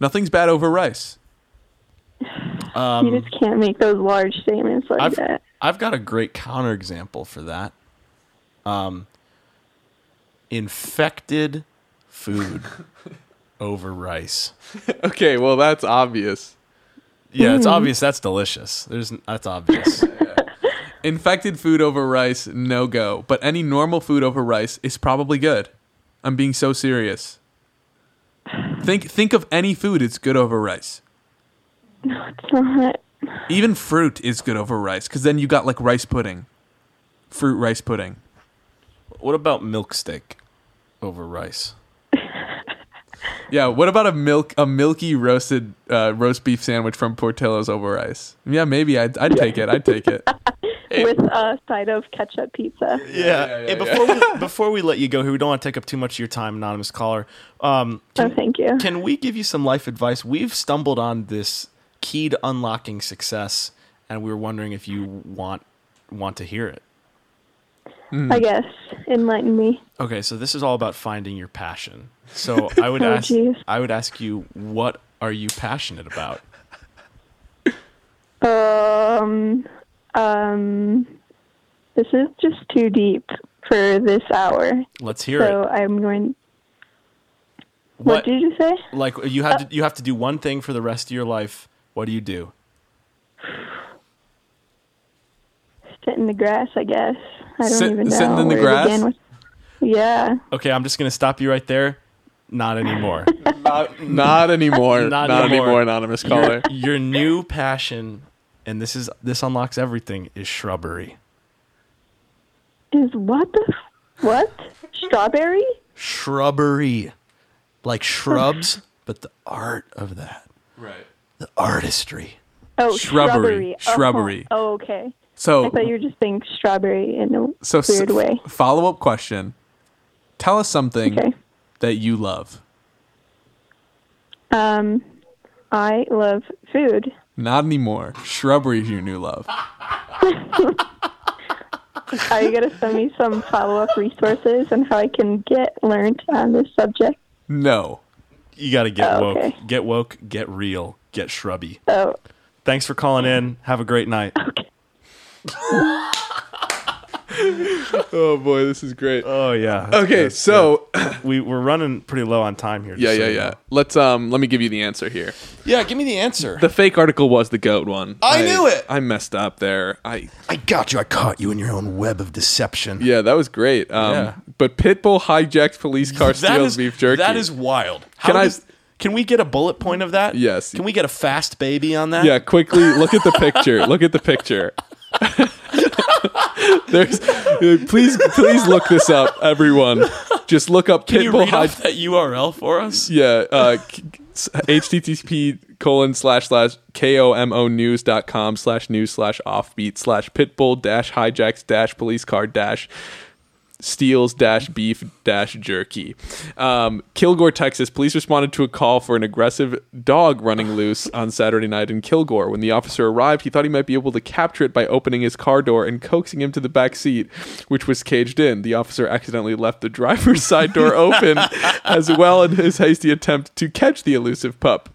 [SPEAKER 1] Nothing's bad over rice.
[SPEAKER 6] you just can't make those large statements like
[SPEAKER 2] I've,
[SPEAKER 6] that.
[SPEAKER 2] I've got a great counterexample for that. Um, infected food over rice.
[SPEAKER 1] Okay, well that's obvious.
[SPEAKER 2] Yeah,
[SPEAKER 6] Mm-hmm.
[SPEAKER 2] it's obvious. That's delicious. There's that's obvious.
[SPEAKER 1] Infected food over rice, no go. But any normal food over rice is probably good. I'm being so serious. Think think of any food it's good over rice.
[SPEAKER 6] It's not.
[SPEAKER 1] Even fruit is good over rice cuz then you got like rice pudding. Fruit rice pudding.
[SPEAKER 2] what about milk steak over rice?
[SPEAKER 1] Yeah, what about a milk a milky roasted uh, roast beef sandwich from Portillo's over rice? Yeah, maybe I'd, I'd take it. I'd take it.
[SPEAKER 2] eh.
[SPEAKER 6] With a side of ketchup pizza.
[SPEAKER 2] Yeah.
[SPEAKER 1] yeah,
[SPEAKER 2] Hey,
[SPEAKER 1] yeah,
[SPEAKER 2] before we before we let you go here, we don't want to take up too much of your time, anonymous caller. Um,
[SPEAKER 6] Oh, thank you.
[SPEAKER 2] can we give you some life advice? We've stumbled on this key to unlocking success, and we were wondering if you want want to hear it. Hmm.
[SPEAKER 6] I guess enlighten me.
[SPEAKER 2] Okay, so this is all about finding your passion. So I would
[SPEAKER 6] Oh,
[SPEAKER 2] ask
[SPEAKER 6] geez.
[SPEAKER 2] I would ask you, what are you passionate about?
[SPEAKER 6] Um, um, this is just too deep for this hour,
[SPEAKER 2] Let's hear
[SPEAKER 6] so
[SPEAKER 2] it.
[SPEAKER 6] I'm going.
[SPEAKER 2] What
[SPEAKER 6] What did you say?
[SPEAKER 2] like you have to you have to do one thing for the rest of your life. What do you do?
[SPEAKER 6] Sit in the grass, I guess. I don't
[SPEAKER 1] Sit-
[SPEAKER 6] even know.
[SPEAKER 1] sitting in the
[SPEAKER 6] where it
[SPEAKER 1] grass?
[SPEAKER 6] began with- Yeah.
[SPEAKER 2] Okay, I'm just gonna stop you right there. Not anymore.
[SPEAKER 1] Uh, Not anymore.
[SPEAKER 2] Not
[SPEAKER 1] Not,
[SPEAKER 2] anymore.
[SPEAKER 1] anymore. anonymous caller.
[SPEAKER 2] your, your new passion and this is this unlocks everything is shrubbery
[SPEAKER 6] Is what the f- what? Strawberry?
[SPEAKER 2] shrubbery like shrubs but the art of that
[SPEAKER 1] Right.
[SPEAKER 2] the artistry
[SPEAKER 6] Oh,
[SPEAKER 1] Shrubbery.
[SPEAKER 6] shrubbery. Oh,
[SPEAKER 1] Shrubbery.
[SPEAKER 6] Oh, okay.
[SPEAKER 1] So
[SPEAKER 6] I thought you were just saying strawberry in a
[SPEAKER 1] So
[SPEAKER 6] weird way.
[SPEAKER 1] Follow up question: Tell us something
[SPEAKER 6] Okay.
[SPEAKER 1] that you love.
[SPEAKER 6] Um, I love food.
[SPEAKER 1] Not anymore. Shrubbery is your new love.
[SPEAKER 6] Are you gonna send me some follow-up resources and how I can get learned on this subject?
[SPEAKER 1] No.
[SPEAKER 2] you got to get
[SPEAKER 6] Oh,
[SPEAKER 2] woke
[SPEAKER 6] okay.
[SPEAKER 2] get woke get real get shrubby
[SPEAKER 6] Oh,
[SPEAKER 2] thanks for calling in have a great night
[SPEAKER 1] Oh boy, this is great.
[SPEAKER 2] oh yeah
[SPEAKER 1] okay,
[SPEAKER 2] That's-
[SPEAKER 1] so
[SPEAKER 2] yeah. we we're running pretty low on time here
[SPEAKER 1] yeah,
[SPEAKER 2] just so
[SPEAKER 1] yeah,
[SPEAKER 2] you
[SPEAKER 1] yeah.
[SPEAKER 2] know.
[SPEAKER 1] Let's um, let me give you the answer here.
[SPEAKER 2] yeah give me the answer
[SPEAKER 1] The fake article was the goat one.
[SPEAKER 2] I knew it!
[SPEAKER 1] I messed up there. I
[SPEAKER 2] i got you i caught you in your own web of deception
[SPEAKER 1] yeah, that was great. Um,
[SPEAKER 2] Yeah.
[SPEAKER 1] but Pitbull hijacked police car,
[SPEAKER 2] That
[SPEAKER 1] steals
[SPEAKER 2] is-
[SPEAKER 1] beef jerky.
[SPEAKER 2] That is wild. How
[SPEAKER 1] Can I-
[SPEAKER 2] does- Can we get a bullet point of that?
[SPEAKER 1] Yes.
[SPEAKER 2] Can we get a fast baby on that?
[SPEAKER 1] Yeah, quickly look at the picture. Look at the picture. There's please please look this up, everyone. Just look up
[SPEAKER 2] Can you
[SPEAKER 1] Pitbull
[SPEAKER 2] read
[SPEAKER 1] Hyde.
[SPEAKER 2] off that URL for us?
[SPEAKER 1] Yeah, uh, k- s- http colon slash slash komo news dot com slash news slash offbeat slash pitbull dash hijacks dash police car dash steals dash beef dash jerky. Um, Kilgore, Texas. Police responded to a call for an aggressive dog running loose on Saturday night in Kilgore. When the officer arrived, he thought he might be able to capture it by opening his car door and coaxing him to the back seat, which was caged in. The officer accidentally left the driver's side door open as well in his hasty attempt to catch the elusive pup.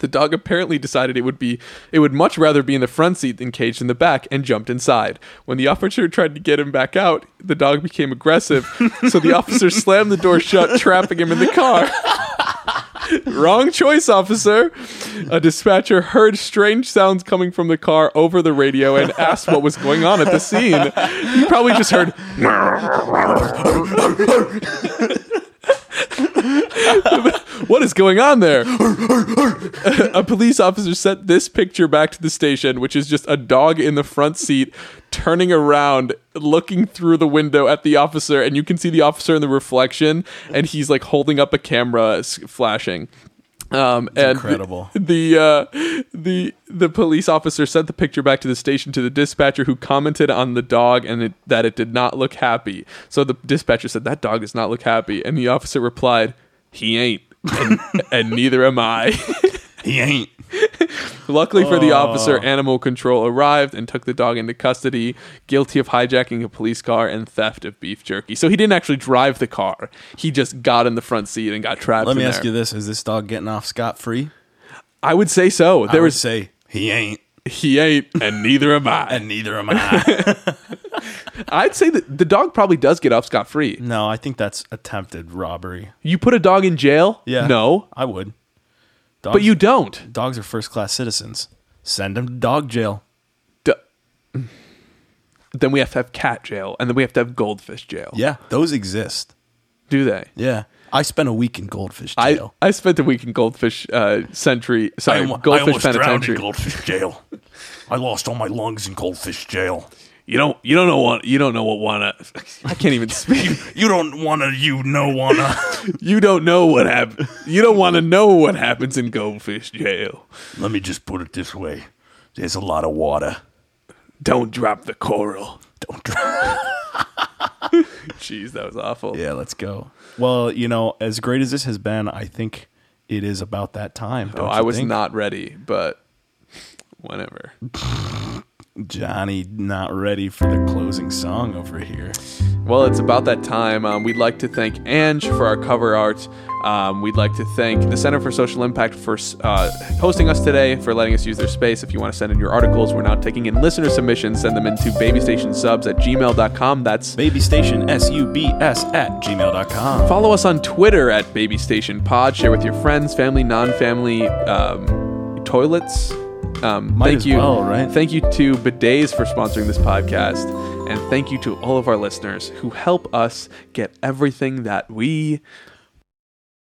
[SPEAKER 1] The dog apparently decided it would be it would much rather be in the front seat than caged in the back and jumped inside. When the officer tried to get him back out, the dog became aggressive, so the officer slammed the door shut, trapping him in the car. Wrong choice, officer. A dispatcher heard strange sounds coming from the car over the radio and asked what was going on at the scene. He probably just heard what is going on there? a police officer sent this picture back to the station, which is just a dog in the front seat turning around, looking through the window at the officer, and you can see the officer in the reflection, and he's like holding up a camera, s- flashing. Um, and
[SPEAKER 2] incredible.
[SPEAKER 1] The uh, the the police officer sent the picture back to the station to the dispatcher, who commented on the dog and it, that it did not look happy. So the dispatcher said that dog does not look happy, and the officer replied, "He ain't, and, and neither am I."
[SPEAKER 2] He ain't.
[SPEAKER 1] Luckily for the
[SPEAKER 2] Oh.
[SPEAKER 1] officer, animal control arrived and took the dog into custody, guilty of hijacking a police car and theft of beef jerky. So he didn't actually drive the car; he just got in the front seat and got trapped.
[SPEAKER 2] Let me
[SPEAKER 1] in
[SPEAKER 2] ask
[SPEAKER 1] there.
[SPEAKER 2] you this: Is this dog getting off scot free?
[SPEAKER 1] I would say so. There
[SPEAKER 2] I would
[SPEAKER 1] was
[SPEAKER 2] say he ain't,
[SPEAKER 1] he ain't, and neither am I.
[SPEAKER 2] and neither am I.
[SPEAKER 1] I'd say that the dog probably does get off scot free.
[SPEAKER 2] no, I think that's attempted robbery.
[SPEAKER 1] You put a dog in jail?
[SPEAKER 2] Yeah.
[SPEAKER 1] No,
[SPEAKER 2] I would. Dogs,
[SPEAKER 1] but you don't.
[SPEAKER 2] Dogs are first class citizens. Send them to dog jail.
[SPEAKER 1] D- then we have to have cat jail, and then we have to have goldfish jail.
[SPEAKER 2] Yeah, those exist.
[SPEAKER 1] Do they?
[SPEAKER 2] Yeah, I spent a week in goldfish
[SPEAKER 1] I,
[SPEAKER 2] jail.
[SPEAKER 1] I spent a week in goldfish uh, century. Sorry,
[SPEAKER 7] almo-
[SPEAKER 1] goldfish
[SPEAKER 7] almost drowned
[SPEAKER 1] penitentiary.
[SPEAKER 7] in goldfish jail. I lost all my lungs in goldfish jail.
[SPEAKER 1] you don't you don't know what you don't know what wanna. I can't even speak.
[SPEAKER 7] You don't wanna, you no wanna.
[SPEAKER 1] you don't know what happened. You don't want to know what happens in goldfish jail.
[SPEAKER 7] Let me just put it this way: there's a lot of water.
[SPEAKER 1] Don't drop the coral.
[SPEAKER 7] Don't drown.
[SPEAKER 1] Jeez, that was awful.
[SPEAKER 2] yeah, let's go. Well, you know, as great as this has been, I think it is about that time.
[SPEAKER 1] Oh,
[SPEAKER 2] don't
[SPEAKER 1] I
[SPEAKER 2] you
[SPEAKER 1] was
[SPEAKER 2] think?
[SPEAKER 1] not ready, but whatever.
[SPEAKER 2] Johnny not ready for the closing song over here.
[SPEAKER 1] Well, it's about that time. Um, we'd like to thank Ange for our cover art. Um, we'd like to thank the Center for Social Impact for uh, hosting us today, for letting us use their space. If you want to send in your articles, we're now taking in listener submissions. Send them into babystationsubs at gmail.com. That's
[SPEAKER 2] Baby Station S U B S at gmail.com.
[SPEAKER 1] Follow us on Twitter at Baby Station Pod. Share with your friends, family, non-family, um, toilets. Um,
[SPEAKER 2] Might
[SPEAKER 1] thank
[SPEAKER 2] as
[SPEAKER 1] you,
[SPEAKER 2] well, right?
[SPEAKER 1] Thank you to Bidets for sponsoring this podcast, and thank you to all of our listeners who help us get everything that we